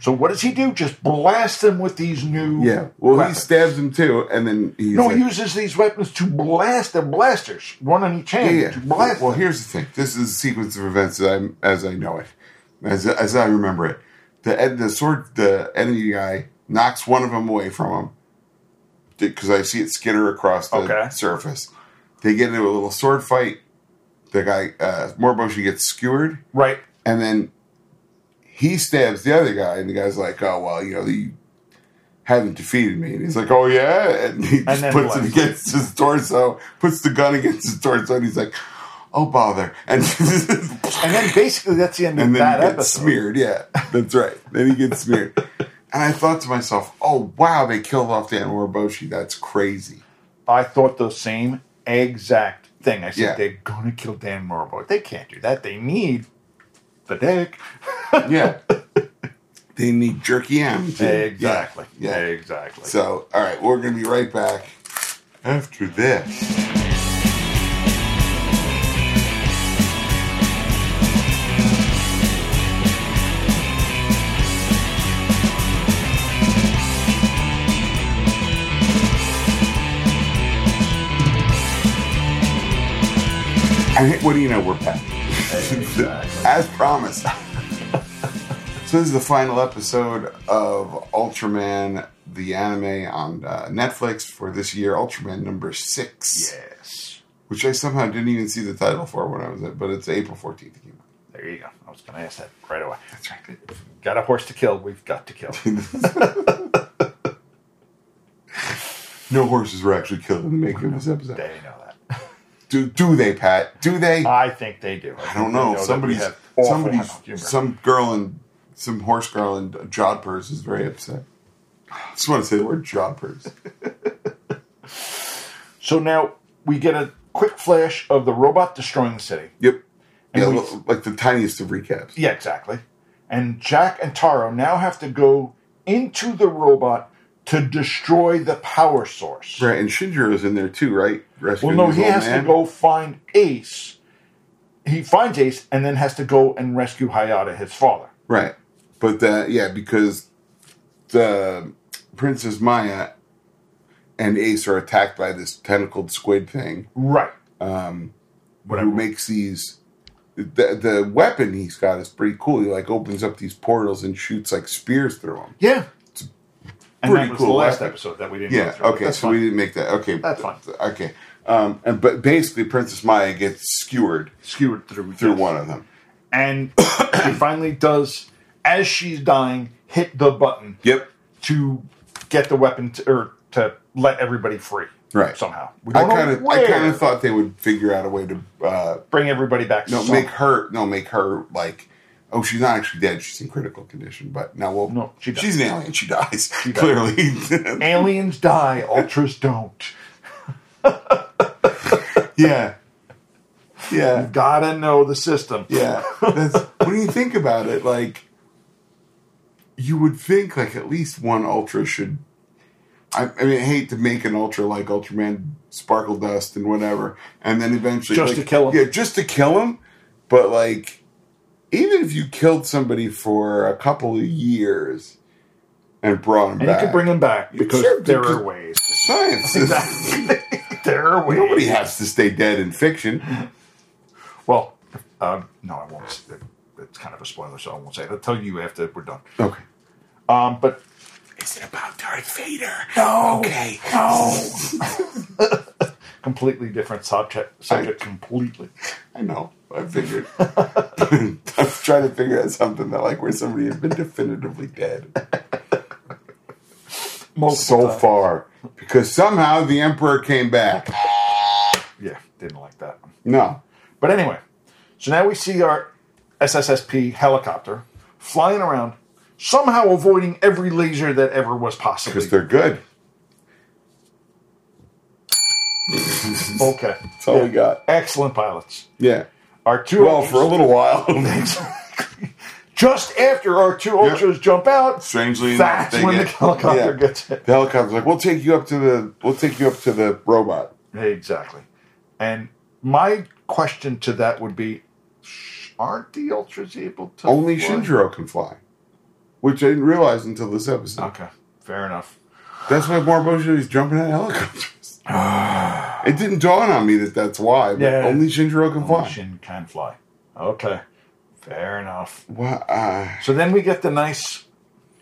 [SPEAKER 3] So what does he do? Just blast them with these new.
[SPEAKER 2] Yeah. Well,
[SPEAKER 3] weapons.
[SPEAKER 2] he stabs him too, and then he's
[SPEAKER 3] No,
[SPEAKER 2] like,
[SPEAKER 3] he uses these weapons to blast their blasters, one on each hand,
[SPEAKER 2] Yeah,
[SPEAKER 3] to
[SPEAKER 2] yeah.
[SPEAKER 3] blast.
[SPEAKER 2] Well,
[SPEAKER 3] them.
[SPEAKER 2] here's the thing. This is a sequence of events that I'm, as I know it, as, as I remember it. The ed- the sword the enemy guy knocks one of them away from him because I see it skitter across the
[SPEAKER 3] Okay.
[SPEAKER 2] surface. They get into a little sword fight. The guy uh, Morboshi gets skewered,
[SPEAKER 3] right,
[SPEAKER 2] and then he stabs the other guy, and the guy's like, "Oh well, you know you haven't defeated me." And he's like, "Oh yeah," and he just
[SPEAKER 3] then
[SPEAKER 2] puts it
[SPEAKER 3] left.
[SPEAKER 2] against his torso, puts the gun against his torso, and he's like, "Oh bother," and
[SPEAKER 3] and then basically that's the end of
[SPEAKER 2] and then
[SPEAKER 3] that
[SPEAKER 2] he gets
[SPEAKER 3] episode.
[SPEAKER 2] smeared. Yeah, that's right. Then he gets smeared. And I thought to myself, "Oh wow, they killed off Dan Moroboshi. That's crazy."
[SPEAKER 3] I thought the same exact thing. I said
[SPEAKER 2] Yeah.
[SPEAKER 3] they're gonna kill Dan Morbo. They can't do that. They need the dick.
[SPEAKER 2] Yeah, they need jerky M. too.
[SPEAKER 3] Exactly.
[SPEAKER 2] Yeah. yeah.
[SPEAKER 3] Exactly.
[SPEAKER 2] So, all right, we're going to be right back after this. And what do you know? We're back. As promised. So this is the final episode of Ultraman the anime on uh, Netflix for this year, Ultraman number six,
[SPEAKER 3] yes.
[SPEAKER 2] which I somehow didn't even see the title for when I was at, but it's April fourteenth.
[SPEAKER 3] There you go. I was gonna ask that right away. That's right. Got a horse to kill. We've got to kill.
[SPEAKER 2] No horses were actually killed in the making of this episode.
[SPEAKER 3] they know that.
[SPEAKER 2] Do do they, Pat? Do they? I
[SPEAKER 3] I think they do. I,
[SPEAKER 2] don't know. Somebody's
[SPEAKER 3] somebody.
[SPEAKER 2] somebody's some girl and some horse girl and Jodhpurs is very upset. I just want to say the word Jodhpurs.
[SPEAKER 3] So now we get a quick flash of the robot destroying the city.
[SPEAKER 2] Yep.
[SPEAKER 3] And
[SPEAKER 2] Yeah,
[SPEAKER 3] we-
[SPEAKER 2] look, like the tiniest of recaps.
[SPEAKER 3] Yeah, exactly. And Jack and Taro now have to go into the robot to destroy the power source.
[SPEAKER 2] Right, and Shinjiro's in there too, right?
[SPEAKER 3] Well,
[SPEAKER 2] Rescuing
[SPEAKER 3] no,
[SPEAKER 2] his
[SPEAKER 3] he
[SPEAKER 2] old
[SPEAKER 3] has
[SPEAKER 2] man.
[SPEAKER 3] to go find Ace. He finds Ace and then has to go and rescue Hayata, his father.
[SPEAKER 2] Right, but that yeah, because the Princess Maya and Ace are attacked by this tentacled squid thing,
[SPEAKER 3] Right.
[SPEAKER 2] Um, who makes these. The, the weapon he's got is pretty cool. He like opens up these portals and shoots like spears through them.
[SPEAKER 3] Yeah. And
[SPEAKER 2] pretty
[SPEAKER 3] that was
[SPEAKER 2] cool
[SPEAKER 3] the last
[SPEAKER 2] weapon.
[SPEAKER 3] episode that we didn't go
[SPEAKER 2] Yeah.
[SPEAKER 3] through.
[SPEAKER 2] Okay.
[SPEAKER 3] That's
[SPEAKER 2] So
[SPEAKER 3] fine.
[SPEAKER 2] we didn't make that. Okay.
[SPEAKER 3] That's fine.
[SPEAKER 2] Okay. Um. And but basically, Princess Maya gets skewered
[SPEAKER 3] skewered through
[SPEAKER 2] through
[SPEAKER 3] yes.
[SPEAKER 2] one of them.
[SPEAKER 3] And he finally does, as she's dying, hit the button
[SPEAKER 2] Yep.
[SPEAKER 3] to get the weapon to, or to let everybody free.
[SPEAKER 2] Right.
[SPEAKER 3] Somehow. We
[SPEAKER 2] I
[SPEAKER 3] don't know
[SPEAKER 2] kind of I
[SPEAKER 3] where.
[SPEAKER 2] kind of thought they would figure out a way to uh,
[SPEAKER 3] bring everybody back.
[SPEAKER 2] no
[SPEAKER 3] somehow.
[SPEAKER 2] make her no make her like oh she's not actually dead she's in critical condition but now well
[SPEAKER 3] No, she dies.
[SPEAKER 2] she's an alien she dies
[SPEAKER 3] dies.
[SPEAKER 2] clearly
[SPEAKER 3] aliens die, ultras don't.
[SPEAKER 2] yeah yeah
[SPEAKER 3] Gotta know the system.
[SPEAKER 2] yeah That's, when you think about it like you would think like at least one ultra should I, I mean I hate to make an ultra like Ultraman Sparkle Dust and whatever and then eventually
[SPEAKER 3] Just
[SPEAKER 2] like,
[SPEAKER 3] to kill 'em.
[SPEAKER 2] yeah just to kill him but like even if you killed somebody for a couple of years and brought him
[SPEAKER 3] And
[SPEAKER 2] back
[SPEAKER 3] you can bring them back because
[SPEAKER 2] Sure,
[SPEAKER 3] there
[SPEAKER 2] because-
[SPEAKER 3] are ways.
[SPEAKER 2] science
[SPEAKER 3] there There are ways.
[SPEAKER 2] Nobody has to stay dead in fiction.
[SPEAKER 3] Well, um, no, I won't. s- It's kind of a spoiler, so I won't say it. I'll tell you after we're done.
[SPEAKER 2] Okay.
[SPEAKER 3] Um, but
[SPEAKER 2] Is it about Darth Vader?
[SPEAKER 3] No.
[SPEAKER 2] Okay.
[SPEAKER 3] no, completely different subject. Subject completely.
[SPEAKER 2] I know. I figured. I'm trying to figure out something that, like, where somebody has been definitively dead.
[SPEAKER 3] Multiple
[SPEAKER 2] So
[SPEAKER 3] times.
[SPEAKER 2] far. Because somehow the Emperor came back.
[SPEAKER 3] Yeah, didn't like that. one.
[SPEAKER 2] No.
[SPEAKER 3] But anyway, so now we see our SSSP helicopter flying around, somehow avoiding every laser that ever was
[SPEAKER 2] Because
[SPEAKER 3] possible.
[SPEAKER 2] they're good.
[SPEAKER 3] Okay,
[SPEAKER 2] That's all we got.
[SPEAKER 3] excellent pilots.
[SPEAKER 2] Yeah.
[SPEAKER 3] Our two
[SPEAKER 2] Well, for a little while.
[SPEAKER 3] just after our two ultras jump out,
[SPEAKER 2] Strangely enough,
[SPEAKER 3] that's
[SPEAKER 2] they
[SPEAKER 3] when
[SPEAKER 2] get,
[SPEAKER 3] the helicopter
[SPEAKER 2] yeah.
[SPEAKER 3] gets hit.
[SPEAKER 2] The helicopter's like, we'll take you up to the, we'll take you up to the robot.
[SPEAKER 3] Exactly. And my question to that would be, sh- aren't the ultras able to
[SPEAKER 2] Only
[SPEAKER 3] fly?
[SPEAKER 2] Shinjiro can fly, which I didn't realize until this episode.
[SPEAKER 3] Okay, fair enough.
[SPEAKER 2] That's why Morboshi is jumping out of helicopters. it didn't dawn on me that that's why. But
[SPEAKER 3] Yeah.
[SPEAKER 2] Only Shinjiro can fly.
[SPEAKER 3] Shin can fly. Okay, fair enough.
[SPEAKER 2] Wha- uh,
[SPEAKER 3] So then we get the nice,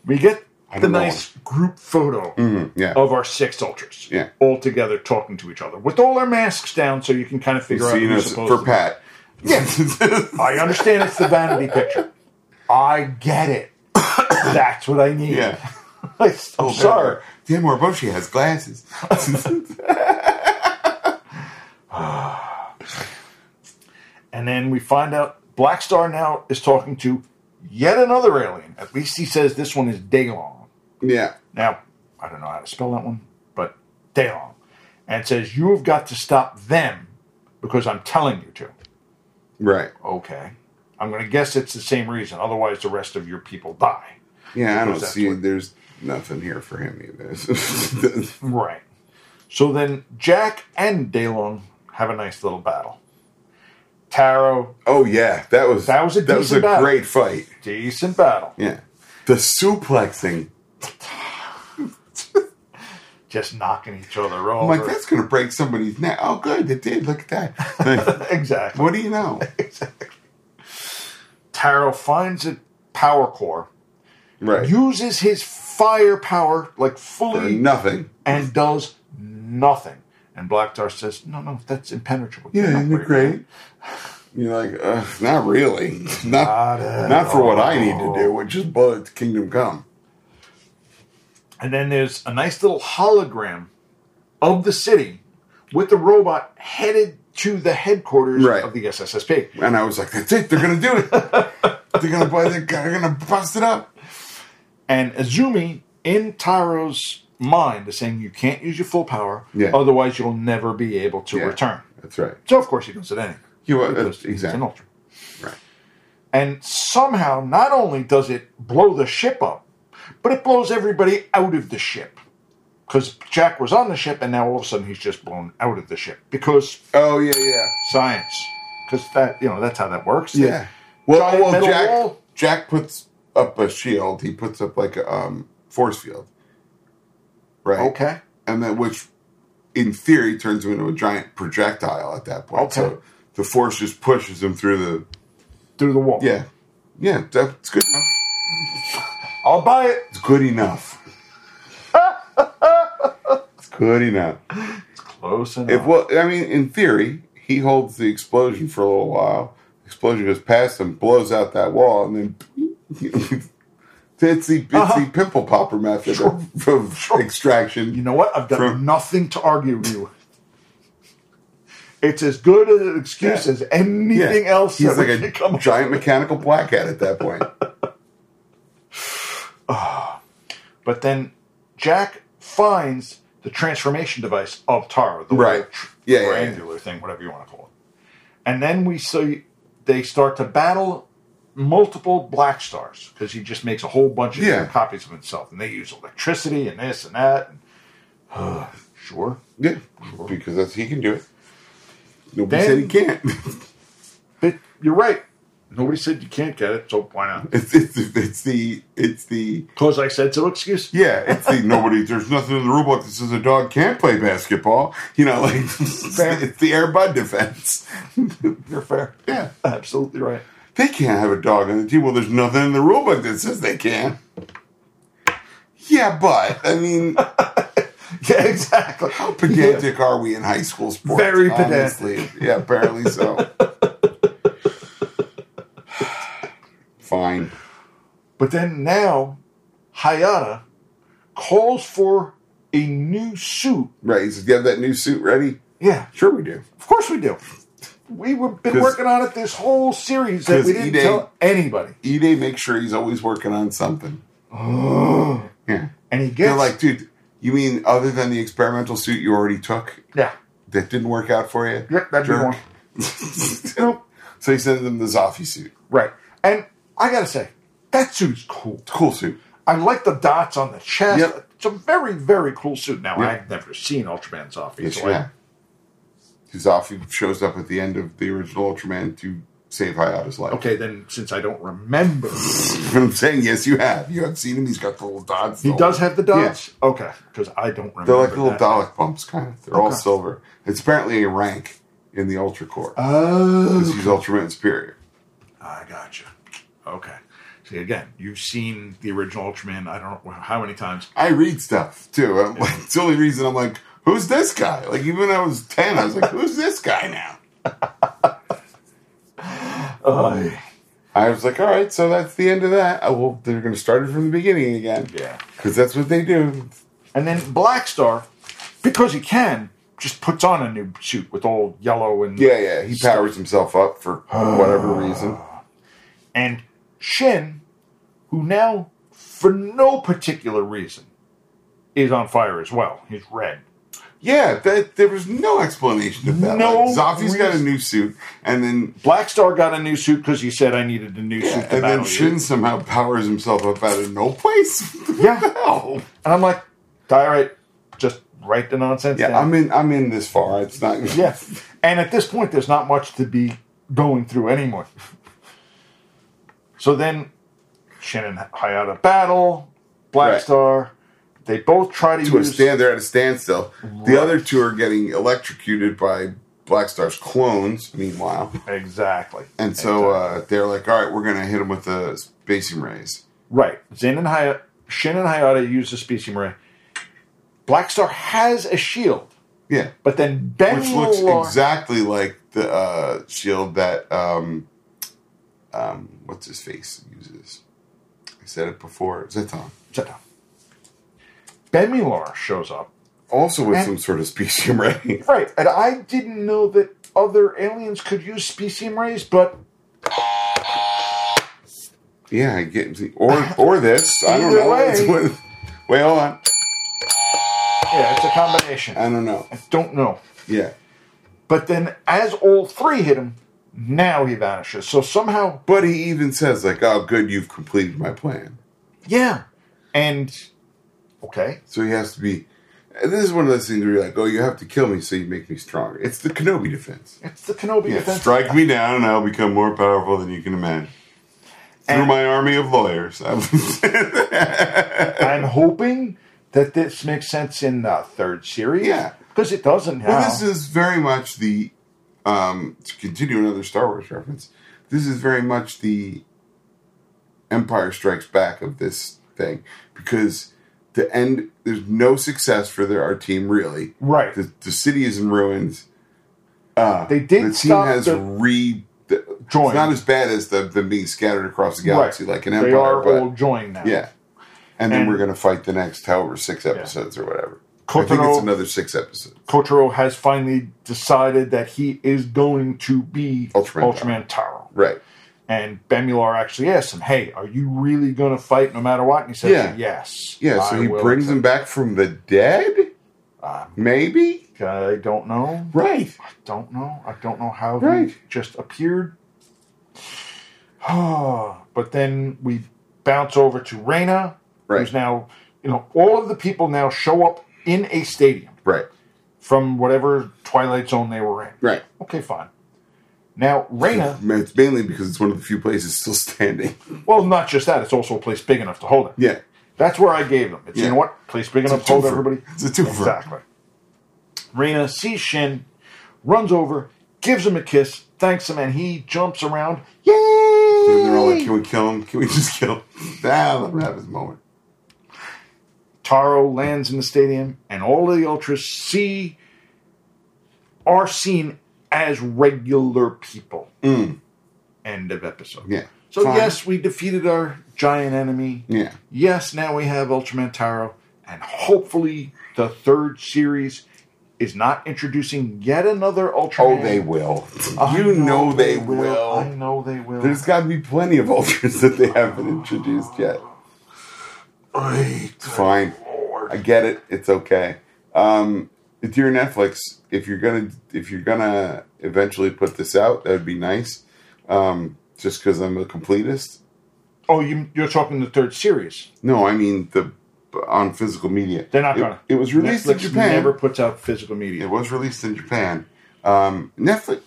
[SPEAKER 3] we get
[SPEAKER 2] I
[SPEAKER 3] the
[SPEAKER 2] don't know.
[SPEAKER 3] nice group photo
[SPEAKER 2] mhm, yeah.
[SPEAKER 3] of our six ultras.
[SPEAKER 2] Yeah.
[SPEAKER 3] all together talking to each other with all their masks down, so you can kind of figure out
[SPEAKER 2] so, you know,
[SPEAKER 3] who's
[SPEAKER 2] it's
[SPEAKER 3] supposed
[SPEAKER 2] for
[SPEAKER 3] to be.
[SPEAKER 2] Pat. Yeah.
[SPEAKER 3] I understand it's the vanity picture. I get it. That's what I need.
[SPEAKER 2] yeah. Oh,
[SPEAKER 3] I'm sorry.
[SPEAKER 2] Dan Morboshi has glasses.
[SPEAKER 3] And then we find out Black Star now is talking to yet another alien. At least he says this one is Daylong.
[SPEAKER 2] yeah.
[SPEAKER 3] Now, I don't know how to spell that one, but Daylong. And says, You have got to stop them because I'm telling you to.
[SPEAKER 2] Right.
[SPEAKER 3] Okay. I'm going to guess it's the same reason. Otherwise, the rest of your people die.
[SPEAKER 2] Yeah, I don't
[SPEAKER 3] Because that's
[SPEAKER 2] see.
[SPEAKER 3] what-
[SPEAKER 2] There's nothing here for him either.
[SPEAKER 3] Right. So then Jack and Daylong have a nice little battle. Taro,
[SPEAKER 2] oh yeah, that was
[SPEAKER 3] That was a
[SPEAKER 2] that was a
[SPEAKER 3] decent battle.
[SPEAKER 2] great fight.
[SPEAKER 3] decent battle.
[SPEAKER 2] Yeah. The suplexing.
[SPEAKER 3] Just knocking each other over.
[SPEAKER 2] I'm like, that's going to break somebody's neck. Oh, good. It did. Look at that. Like,
[SPEAKER 3] exactly.
[SPEAKER 2] what do you know?
[SPEAKER 3] Taro finds a power core,
[SPEAKER 2] Right.
[SPEAKER 3] uses his firepower like
[SPEAKER 2] For
[SPEAKER 3] fully,
[SPEAKER 2] nothing.
[SPEAKER 3] and does nothing. And Black Star says, "No, no, that's impenetrable." You're
[SPEAKER 2] Yeah,
[SPEAKER 3] not
[SPEAKER 2] isn't it
[SPEAKER 3] brave.
[SPEAKER 2] great? You're like, uh, not really. Not,
[SPEAKER 3] Not at
[SPEAKER 2] not for what I need
[SPEAKER 3] all.
[SPEAKER 2] to do, which is blood kingdom come.
[SPEAKER 3] And then there's a nice little hologram of the city with the robot headed to the headquarters
[SPEAKER 2] Right.
[SPEAKER 3] of the SSSP.
[SPEAKER 2] And I was like, that's it. They're going to do it. they're going to buy the They're going to bust it up.
[SPEAKER 3] And Azumi, in Tyro's mind, is saying, "You can't use your full power,
[SPEAKER 2] Yeah.
[SPEAKER 3] otherwise you'll never be able to
[SPEAKER 2] Yeah.
[SPEAKER 3] return."
[SPEAKER 2] That's right.
[SPEAKER 3] So of course he does it anyway.
[SPEAKER 2] You uh,
[SPEAKER 3] because he's an
[SPEAKER 2] exactly
[SPEAKER 3] ultra.
[SPEAKER 2] right.
[SPEAKER 3] And somehow, not only does it blow the ship up, but it blows everybody out of the ship. Because Jack was on the ship, and now all of a sudden he's just blown out of the ship because
[SPEAKER 2] Oh yeah, yeah,
[SPEAKER 3] science. Because that you know that's how that works.
[SPEAKER 2] yeah. Well,
[SPEAKER 3] Giant
[SPEAKER 2] well
[SPEAKER 3] metal
[SPEAKER 2] Jack
[SPEAKER 3] wall.
[SPEAKER 2] Jack puts up a shield. He puts up like a um, force field. Right.
[SPEAKER 3] Okay.
[SPEAKER 2] and then which in theory turns him into a giant projectile at that point.
[SPEAKER 3] Okay.
[SPEAKER 2] So the force just pushes him through the
[SPEAKER 3] Through the wall.
[SPEAKER 2] yeah, yeah. That's good. Enough.
[SPEAKER 3] I'll buy it.
[SPEAKER 2] It's good enough. it's good enough.
[SPEAKER 3] Close enough.
[SPEAKER 2] If well, I mean, in theory, he holds the explosion for a little while. Explosion goes past him, blows out that wall, and then. It's the, it's
[SPEAKER 3] Uh-huh.
[SPEAKER 2] the pimple popper method of, of extraction.
[SPEAKER 3] You know what? I've got
[SPEAKER 2] From-
[SPEAKER 3] nothing to argue with you. It's as good an excuse
[SPEAKER 2] Yeah.
[SPEAKER 3] as anything else.
[SPEAKER 2] He's
[SPEAKER 3] that
[SPEAKER 2] like
[SPEAKER 3] we can come
[SPEAKER 2] a
[SPEAKER 3] up
[SPEAKER 2] giant mechanical blackhead at that point.
[SPEAKER 3] But then Jack finds the transformation device of Taro, the
[SPEAKER 2] Right.
[SPEAKER 3] little tr-
[SPEAKER 2] Yeah, yeah,
[SPEAKER 3] triangular thing, whatever you want to call it. And then we see they start to battle multiple black stars because he just makes a whole bunch of
[SPEAKER 2] Yeah.
[SPEAKER 3] different copies of himself, and they use electricity and this and that. And, sure.
[SPEAKER 2] Yeah, because that's, he can do it. Nobody
[SPEAKER 3] Then-
[SPEAKER 2] said he can't.
[SPEAKER 3] But you're right. Nobody said you can't get it, so why not?
[SPEAKER 2] It's, it's, it's the it's the
[SPEAKER 3] Because I said so. Excuse.
[SPEAKER 2] yeah. It's the nobody. There's nothing in the rule book that says a dog can't play basketball. You know, like it's the, it's the Air Bud defense.
[SPEAKER 3] You're fair.
[SPEAKER 2] yeah,
[SPEAKER 3] Absolutely right.
[SPEAKER 2] they can't have a dog on the team. Well, there's nothing in the rule book that says they can. Yeah, but I mean,
[SPEAKER 3] Yeah, exactly.
[SPEAKER 2] how pedantic are we in high school sports?
[SPEAKER 3] Very
[SPEAKER 2] honestly? Yeah, apparently so. Fine.
[SPEAKER 3] But then now, Hayata calls for a new suit.
[SPEAKER 2] Right. He says, "Do you have that new suit ready?"
[SPEAKER 3] Yeah,
[SPEAKER 2] Sure, we do.
[SPEAKER 3] of course we do. We have been
[SPEAKER 2] 'Cause-
[SPEAKER 3] working on it this whole series that
[SPEAKER 2] 'cause
[SPEAKER 3] we didn't
[SPEAKER 2] Ide-
[SPEAKER 3] tell anybody.
[SPEAKER 2] E-Day makes sure he's always working on something. yeah.
[SPEAKER 3] And he
[SPEAKER 2] They're
[SPEAKER 3] gets
[SPEAKER 2] like, dude, you mean other than the experimental suit you already took
[SPEAKER 3] yeah,
[SPEAKER 2] that didn't work out for you?
[SPEAKER 3] yeah, that'd
[SPEAKER 2] Jerk."
[SPEAKER 3] be one. Nope.
[SPEAKER 2] So he sends him the Zafi suit.
[SPEAKER 3] Right. And I gotta say, that suit's cool.
[SPEAKER 2] Cool suit.
[SPEAKER 3] I like the dots on the chest.
[SPEAKER 2] Yep.
[SPEAKER 3] It's a very, very cool suit. Now
[SPEAKER 2] Yep.
[SPEAKER 3] I've never seen Ultraman's office.
[SPEAKER 2] Yes, yeah. Zafi shows up at the end of the original Ultraman to save Hayata's life.
[SPEAKER 3] okay, then since I don't remember
[SPEAKER 2] I'm saying, yes, you have. You have seen him. He's got the little dots.
[SPEAKER 3] He
[SPEAKER 2] the
[SPEAKER 3] does have the dots?
[SPEAKER 2] Yeah.
[SPEAKER 3] Okay, because I don't remember.
[SPEAKER 2] Oh. They're like little
[SPEAKER 3] that.
[SPEAKER 2] Dalek bumps, kind of. They're all
[SPEAKER 3] Okay.
[SPEAKER 2] silver. It's apparently a rank in the Ultra Corps.
[SPEAKER 3] Oh.
[SPEAKER 2] Because he's Ultraman Superior.
[SPEAKER 3] I gotcha. Okay. See, again, you've seen the original Ultraman, I don't know how many times.
[SPEAKER 2] I read stuff too. I'm like, it's the only reason I'm like, who's this guy? Like, even when I was 10, I was like, who's this guy now? Uh-huh.
[SPEAKER 3] Oh,
[SPEAKER 2] I was like, all right, so that's the end of that. Oh, well, they're going to start it from the beginning again.
[SPEAKER 3] Yeah.
[SPEAKER 2] Because that's what they do.
[SPEAKER 3] And then Black Star, because he can, just puts on a new suit with all yellow and.
[SPEAKER 2] Yeah, yeah. He powers himself up for whatever reason.
[SPEAKER 3] And Shin, who now, for no particular reason, is on fire as well. He's red.
[SPEAKER 2] Yeah, that there was no explanation of that.
[SPEAKER 3] No
[SPEAKER 2] Like, Zafi's got a
[SPEAKER 3] reason.
[SPEAKER 2] new suit, and then
[SPEAKER 3] Black Star got a new suit because he said I needed a new suit to
[SPEAKER 2] and
[SPEAKER 3] battle
[SPEAKER 2] then
[SPEAKER 3] you."
[SPEAKER 2] Shin somehow powers himself up out of no place.
[SPEAKER 3] Yeah.
[SPEAKER 2] Hell.
[SPEAKER 3] And I'm like, diorite, just write the nonsense
[SPEAKER 2] Yeah,
[SPEAKER 3] down.
[SPEAKER 2] I'm in. I'm in this far. It's not.
[SPEAKER 3] yeah. And at this point, there's not much to be going through anymore. So then, Shin and Hayata battle, Black
[SPEAKER 2] Right.
[SPEAKER 3] Star. They both try to,
[SPEAKER 2] to a
[SPEAKER 3] use.
[SPEAKER 2] stand. They're at a standstill. The other two are getting electrocuted by Black Star's clones. Meanwhile,
[SPEAKER 3] Exactly.
[SPEAKER 2] and so uh, they're like, "All right, we're gonna hit them with the spacing rays."
[SPEAKER 3] Right. Zen and Hayata, Shin and Hayata use the Specium Ray. Black Star has a shield,
[SPEAKER 2] Yeah,
[SPEAKER 3] but then Ben
[SPEAKER 2] which looks
[SPEAKER 3] Lor-
[SPEAKER 2] exactly like the uh, shield that um, um, what's his face uses. I said it before. Zeton.
[SPEAKER 3] Sit down. Ben Milor shows up
[SPEAKER 2] Also with
[SPEAKER 3] And-
[SPEAKER 2] some sort of specium ray.
[SPEAKER 3] Right, and I didn't know that other aliens could use specium rays, but
[SPEAKER 2] yeah, I get or or this. I don't
[SPEAKER 3] Either
[SPEAKER 2] know.
[SPEAKER 3] way.
[SPEAKER 2] It's what- wait, hold on.
[SPEAKER 3] yeah, it's a combination.
[SPEAKER 2] I don't know.
[SPEAKER 3] I don't know.
[SPEAKER 2] Yeah.
[SPEAKER 3] But then, as all three hit him, now he vanishes. So somehow,
[SPEAKER 2] But he even says, like, oh, good, you've completed my plan.
[SPEAKER 3] yeah. And, okay,
[SPEAKER 2] So he has to be. and This is one of those things where you're like, oh, you have to kill me so you make me stronger. It's the Kenobi defense.
[SPEAKER 3] it's the Kenobi
[SPEAKER 2] Yeah,
[SPEAKER 3] defense.
[SPEAKER 2] strike me down and I'll become more powerful than you can imagine. Through
[SPEAKER 3] And-
[SPEAKER 2] my army of lawyers.
[SPEAKER 3] I'm hoping that this makes sense in the third series.
[SPEAKER 2] Yeah.
[SPEAKER 3] Because it doesn't now.
[SPEAKER 2] Well, this is very much the um, to continue another Star Wars reference. This is very much the Empire Strikes Back of this thing because the end. There's no success for their, our team really.
[SPEAKER 3] Right.
[SPEAKER 2] The, the city is in ruins. Uh,
[SPEAKER 3] They did
[SPEAKER 2] The team
[SPEAKER 3] stop
[SPEAKER 2] has
[SPEAKER 3] the-
[SPEAKER 2] re. The, it's
[SPEAKER 3] Joined.
[SPEAKER 2] not as bad as the, them being scattered across the
[SPEAKER 3] right.
[SPEAKER 2] galaxy like an empire.
[SPEAKER 3] They are
[SPEAKER 2] but,
[SPEAKER 3] all joined now.
[SPEAKER 2] Yeah. And then
[SPEAKER 3] And-
[SPEAKER 2] we're going to fight the next however six episodes or whatever. I think it's
[SPEAKER 3] Kotaro-
[SPEAKER 2] another six episodes.
[SPEAKER 3] Kotaro has finally decided that he is going to be
[SPEAKER 2] Ultraman
[SPEAKER 3] Ultraman Taro.
[SPEAKER 2] Right.
[SPEAKER 3] And Bemular actually asked him, "Hey, are you really going to fight no matter what?" And he says,
[SPEAKER 2] Yeah.
[SPEAKER 3] "Yes."
[SPEAKER 2] Yeah, so
[SPEAKER 3] I
[SPEAKER 2] he
[SPEAKER 3] will
[SPEAKER 2] brings him back from the dead?
[SPEAKER 3] accept."
[SPEAKER 2] Maybe?
[SPEAKER 3] Uh, I don't know.
[SPEAKER 2] Right.
[SPEAKER 3] I don't know. I don't know how he
[SPEAKER 2] Right.
[SPEAKER 3] just appeared. but then we bounce over to Reyna,
[SPEAKER 2] Right.
[SPEAKER 3] who's now, you know, all of the people now show up in a stadium
[SPEAKER 2] Right.
[SPEAKER 3] from whatever Twilight Zone they were in.
[SPEAKER 2] Right.
[SPEAKER 3] Okay, fine. Now, Reyna,
[SPEAKER 2] Man, It's mainly because it's one of the few places still standing.
[SPEAKER 3] well, not just that, it's also a place big enough to hold it.
[SPEAKER 2] Yeah.
[SPEAKER 3] That's where I gave them. It's,
[SPEAKER 2] Yeah.
[SPEAKER 3] you know what? Place big
[SPEAKER 2] a
[SPEAKER 3] enough to hold
[SPEAKER 2] twofer.
[SPEAKER 3] everybody.
[SPEAKER 2] It's a twofer.
[SPEAKER 3] Exactly. Reyna sees Shin, runs over, gives him a kiss, thanks him, and he jumps around. Yay!
[SPEAKER 2] And they're all like, can we kill him? Can we just kill him? Nah, let him have his moment.
[SPEAKER 3] Taro lands in the stadium, and all of the ultras see are seen as regular people. End of episode.
[SPEAKER 2] Mm. Yeah.
[SPEAKER 3] So
[SPEAKER 2] Fine.
[SPEAKER 3] yes, we defeated our giant enemy.
[SPEAKER 2] Yeah.
[SPEAKER 3] Yes, now we have Ultraman Taro, and hopefully the third series is not introducing yet another
[SPEAKER 2] Oh,
[SPEAKER 3] Ultraman.
[SPEAKER 2] they will.
[SPEAKER 3] I
[SPEAKER 2] you know, they will.
[SPEAKER 3] I know they will.
[SPEAKER 2] There's got to be plenty of ultras that they haven't introduced yet.
[SPEAKER 3] Ay,
[SPEAKER 2] It's fine. I get it. It's okay. Um, if you're Netflix, if you're gonna if you're gonna eventually put this out, that would be nice. Um, just because I'm a completist.
[SPEAKER 3] oh, you, you're talking the third series.
[SPEAKER 2] No, I mean the on physical media.
[SPEAKER 3] They're not
[SPEAKER 2] It-
[SPEAKER 3] gonna.
[SPEAKER 2] It, was released
[SPEAKER 3] Netflix
[SPEAKER 2] in Japan.
[SPEAKER 3] Never puts out physical media.
[SPEAKER 2] It was released in Japan. Um, Netflix,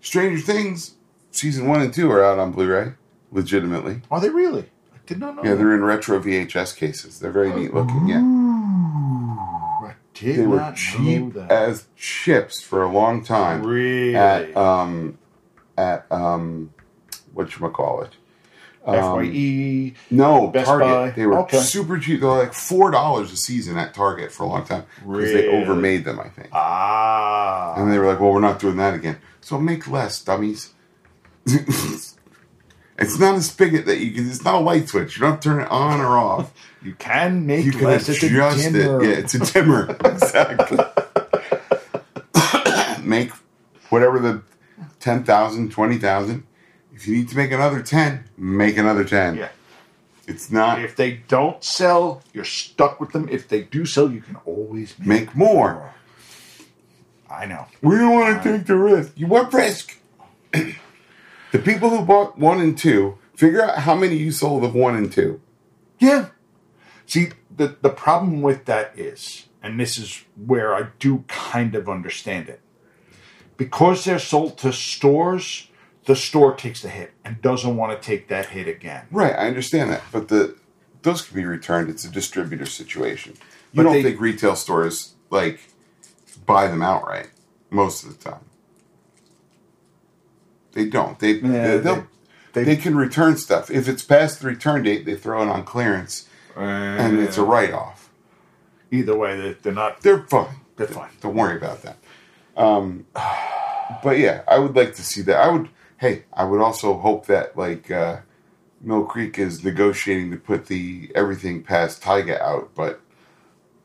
[SPEAKER 2] Stranger Things season one and two are out on Blu-ray. Legitimately,
[SPEAKER 3] Are they really? I did not know.
[SPEAKER 2] yeah,
[SPEAKER 3] that.
[SPEAKER 2] they're in retro VHS cases. They're very neat looking. Yeah.
[SPEAKER 3] I Mm. did
[SPEAKER 2] they were
[SPEAKER 3] not know
[SPEAKER 2] cheap
[SPEAKER 3] that.
[SPEAKER 2] as chips for a long time.
[SPEAKER 3] Really?
[SPEAKER 2] At um, at um, what you call it? um,
[SPEAKER 3] FYE.
[SPEAKER 2] No,
[SPEAKER 3] E? Best
[SPEAKER 2] Target.
[SPEAKER 3] Buy.
[SPEAKER 2] They were
[SPEAKER 3] Okay.
[SPEAKER 2] super cheap. They were like four dollars a season at Target for a long time because they
[SPEAKER 3] Really?
[SPEAKER 2] overmade them, I think.
[SPEAKER 3] Ah.
[SPEAKER 2] And they were like, "Well, we're not doing that again. So make less, dummies." it's not a spigot that you can. It's not a light switch. You don't have to turn it on or off.
[SPEAKER 3] You can make
[SPEAKER 2] you can
[SPEAKER 3] less. It's a
[SPEAKER 2] adjust it.
[SPEAKER 3] dimmer.
[SPEAKER 2] Yeah, it's a dimmer. exactly. make whatever the 10,000, 20,000. If you need to make another 10, make another 10.
[SPEAKER 3] Yeah.
[SPEAKER 2] It's not
[SPEAKER 3] If they don't sell, you're stuck with them. If they do sell, you can always make.
[SPEAKER 2] make more.
[SPEAKER 3] I know.
[SPEAKER 2] We don't want to take the risk. You want risk? the people who bought one and two, figure out how many you sold of one and two.
[SPEAKER 3] Yeah. See, the the problem with that is, and this is where I do kind of understand it, because they're sold to stores. The store takes the hit and doesn't want to take that hit again.
[SPEAKER 2] Right, I understand that, but the those can be returned. It's a distributor situation. You
[SPEAKER 3] But
[SPEAKER 2] don't
[SPEAKER 3] they-
[SPEAKER 2] think retail stores like buy them outright most of the time. They don't. They
[SPEAKER 3] Yeah,
[SPEAKER 2] they, they'll-
[SPEAKER 3] they-
[SPEAKER 2] they can return stuff if it's past the return date. They throw it on clearance, and it's a
[SPEAKER 3] Uh,
[SPEAKER 2] write off.
[SPEAKER 3] Either way, they're, they're not.
[SPEAKER 2] They're fine.
[SPEAKER 3] They're fine.
[SPEAKER 2] Don't worry about that. Um, but yeah, I would like to see that. I would. Hey, I would also hope that like uh, Mill Creek is negotiating to put the everything past Tyga out. But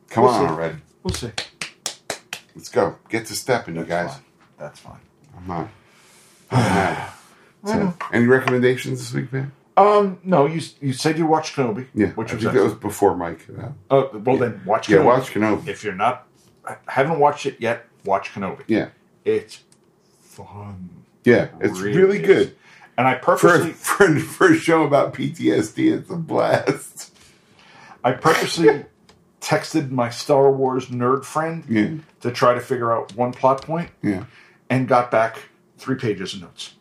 [SPEAKER 2] come
[SPEAKER 3] We'll
[SPEAKER 2] on
[SPEAKER 3] see.
[SPEAKER 2] already,
[SPEAKER 3] We'll see.
[SPEAKER 2] let's go. Get to stepping, you guys.
[SPEAKER 3] Fine. That's fine.
[SPEAKER 2] I'm not. I'm not. So, any recommendations this week, man?
[SPEAKER 3] Um, no, you you said you watched Kenobi.
[SPEAKER 2] Yeah,
[SPEAKER 3] which
[SPEAKER 2] I
[SPEAKER 3] was
[SPEAKER 2] think that was
[SPEAKER 3] excellent.
[SPEAKER 2] before Mike. Uh,
[SPEAKER 3] Oh, well, then watch.
[SPEAKER 2] yeah,
[SPEAKER 3] Kenobi.
[SPEAKER 2] watch Kenobi.
[SPEAKER 3] If you're not, haven't watched it yet, watch Kenobi.
[SPEAKER 2] Yeah,
[SPEAKER 3] It's fun.
[SPEAKER 2] yeah, it's
[SPEAKER 3] Really
[SPEAKER 2] really
[SPEAKER 3] is.
[SPEAKER 2] good.
[SPEAKER 3] And I
[SPEAKER 2] for a,
[SPEAKER 3] purposely,
[SPEAKER 2] for, a- for a show about PTSD, it's a blast.
[SPEAKER 3] I purposely texted my Star Wars nerd friend
[SPEAKER 2] Yeah,
[SPEAKER 3] to try to figure out one plot point,
[SPEAKER 2] yeah.
[SPEAKER 3] and got back three pages of notes.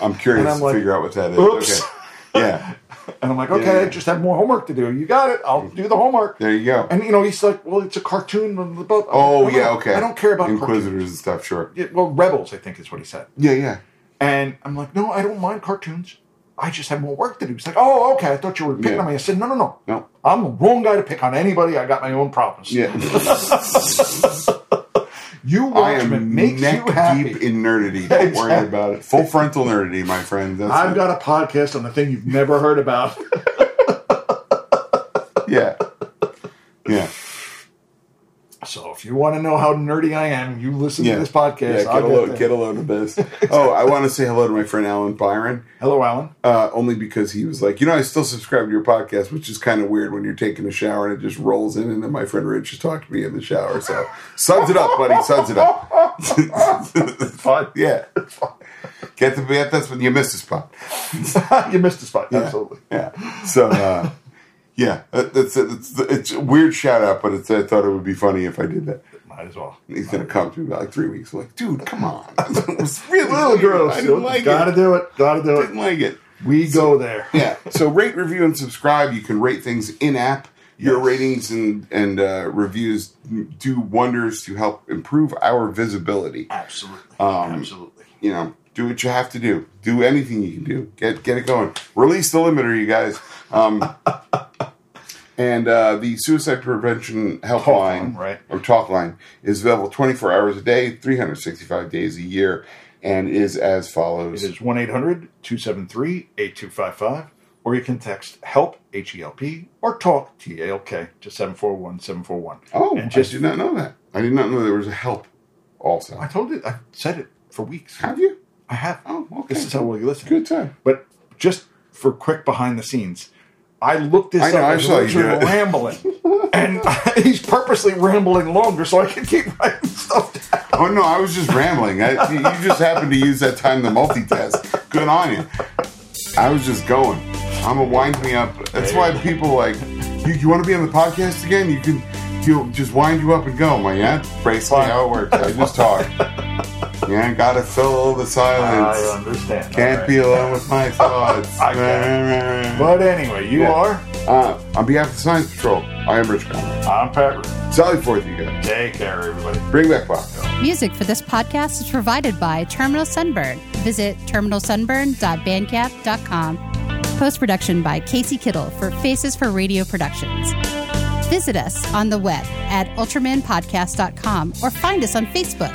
[SPEAKER 2] I'm curious
[SPEAKER 3] And I'm
[SPEAKER 2] to
[SPEAKER 3] like,
[SPEAKER 2] figure out what that is.
[SPEAKER 3] "Oops."
[SPEAKER 2] Okay. Yeah,
[SPEAKER 3] And I'm like, okay,
[SPEAKER 2] Yeah.
[SPEAKER 3] I just have more homework to do. You got it. I'll do the homework.
[SPEAKER 2] there you go.
[SPEAKER 3] And you know, he's like, well, it's a cartoon. blah, blah, blah.
[SPEAKER 2] oh
[SPEAKER 3] I'm like,
[SPEAKER 2] yeah, okay.
[SPEAKER 3] I don't care about
[SPEAKER 2] inquisitors
[SPEAKER 3] cartoons.
[SPEAKER 2] and stuff. Sure.
[SPEAKER 3] Yeah, well, rebels, I think is what he said.
[SPEAKER 2] Yeah, yeah.
[SPEAKER 3] And I'm like, no, I don't mind cartoons. I just have more work to do. He's like, oh, okay. I thought you were picking
[SPEAKER 2] Yeah.
[SPEAKER 3] on me. I said, no, no, no.
[SPEAKER 2] No.
[SPEAKER 3] I'm the wrong guy to pick on anybody. I got my own problems.
[SPEAKER 2] Yeah.
[SPEAKER 3] You
[SPEAKER 2] I
[SPEAKER 3] watch it
[SPEAKER 2] am
[SPEAKER 3] makes
[SPEAKER 2] neck
[SPEAKER 3] you happy.
[SPEAKER 2] deep in nerdity. Don't worry
[SPEAKER 3] Exactly.
[SPEAKER 2] about it. Full frontal nerdity, my friend. That's
[SPEAKER 3] I've
[SPEAKER 2] it.
[SPEAKER 3] got a podcast on a thing you've never heard about.
[SPEAKER 2] Yeah. Yeah.
[SPEAKER 3] so if you want to know how nerdy I am, you listen
[SPEAKER 2] Yeah.
[SPEAKER 3] to this podcast.
[SPEAKER 2] yeah, get a
[SPEAKER 3] I'll
[SPEAKER 2] load.
[SPEAKER 3] get
[SPEAKER 2] Get
[SPEAKER 3] there.
[SPEAKER 2] a load of this. Oh, I want to say hello to my friend Alan Byron.
[SPEAKER 3] Hello, Alan.
[SPEAKER 2] uh, only because he was like, you know, I still subscribe to your podcast, which is kind of weird when you're taking a shower and it just rolls in, and then my friend Rich is talking to me in the shower. So, suds it up, buddy, suds it up.
[SPEAKER 3] Fun.
[SPEAKER 2] Yeah, get the get that's when you miss the spot.
[SPEAKER 3] you missed a spot. Absolutely.
[SPEAKER 2] Yeah, so uh, yeah, that- that's it. It's, it's a weird shout out, but it's, I thought it would be funny if I did that.
[SPEAKER 3] might as well.
[SPEAKER 2] He's gonna come to me about like three weeks. I'm like, dude, come on. it was really
[SPEAKER 3] Little
[SPEAKER 2] weird.
[SPEAKER 3] gross.
[SPEAKER 2] I didn't like
[SPEAKER 3] Gotta
[SPEAKER 2] it.
[SPEAKER 3] do it. Gotta do
[SPEAKER 2] Didn't
[SPEAKER 3] it.
[SPEAKER 2] like it.
[SPEAKER 3] We go there.
[SPEAKER 2] Yeah. So rate, review, and subscribe. You can rate things in app. Your
[SPEAKER 3] Yes.
[SPEAKER 2] ratings and and uh, reviews do wonders to help improve our visibility.
[SPEAKER 3] Absolutely. Absolutely.
[SPEAKER 2] You know, do what you have to do. Do anything you can do. Get get it going. Release the limiter, you guys. Um, and uh, the suicide prevention helpline
[SPEAKER 3] line, right.
[SPEAKER 2] or talk line is available 24 hours a day, 365 days a year, and is as follows.
[SPEAKER 3] It is 1 800 273 8255, or you can text HELP, H E L P, or TALK, T A L K, to 741 741.
[SPEAKER 2] Oh,
[SPEAKER 3] and just,
[SPEAKER 2] I did not know that. I did not know there was a help also.
[SPEAKER 3] I told you, I've said it for weeks.
[SPEAKER 2] Have you?
[SPEAKER 3] I have.
[SPEAKER 2] Oh, okay.
[SPEAKER 3] This is how well you listen.
[SPEAKER 2] Good time.
[SPEAKER 3] But just for quick behind the scenes, I looked this
[SPEAKER 2] I know,
[SPEAKER 3] up
[SPEAKER 2] I
[SPEAKER 3] as
[SPEAKER 2] saw you do
[SPEAKER 3] Richard
[SPEAKER 2] it.
[SPEAKER 3] rambling. and he's purposely rambling longer so I can keep writing stuff down.
[SPEAKER 2] Oh no, I was just rambling. I, you you just happened to use that time to multitask. Good on you. I was just going. I'm a wind me up. That's why people like you. You want to be on the podcast again? You can. You just wind you up and go. My yeah, bracelet. How it works? I just talk. Yeah, gotta fill the silence.
[SPEAKER 3] understand.
[SPEAKER 2] Can't be alone with my thoughts.
[SPEAKER 3] I
[SPEAKER 2] But
[SPEAKER 3] But anyway, you
[SPEAKER 2] Yeah.
[SPEAKER 3] are.
[SPEAKER 2] Uh, on behalf of the Science Patrol, I am Rich Conrad.
[SPEAKER 3] I'm Pat. Rooney.
[SPEAKER 2] Sally Forth, you guys.
[SPEAKER 3] Take care, everybody.
[SPEAKER 2] Bring back Bob.
[SPEAKER 1] Music for this podcast is provided by Terminal Sunburn. Visit terminalsunburn.bandcamp.com. Post production by Casey Kittle for Faces for Radio Productions. Visit us on the web at ultramanpodcast.com or find us on Facebook.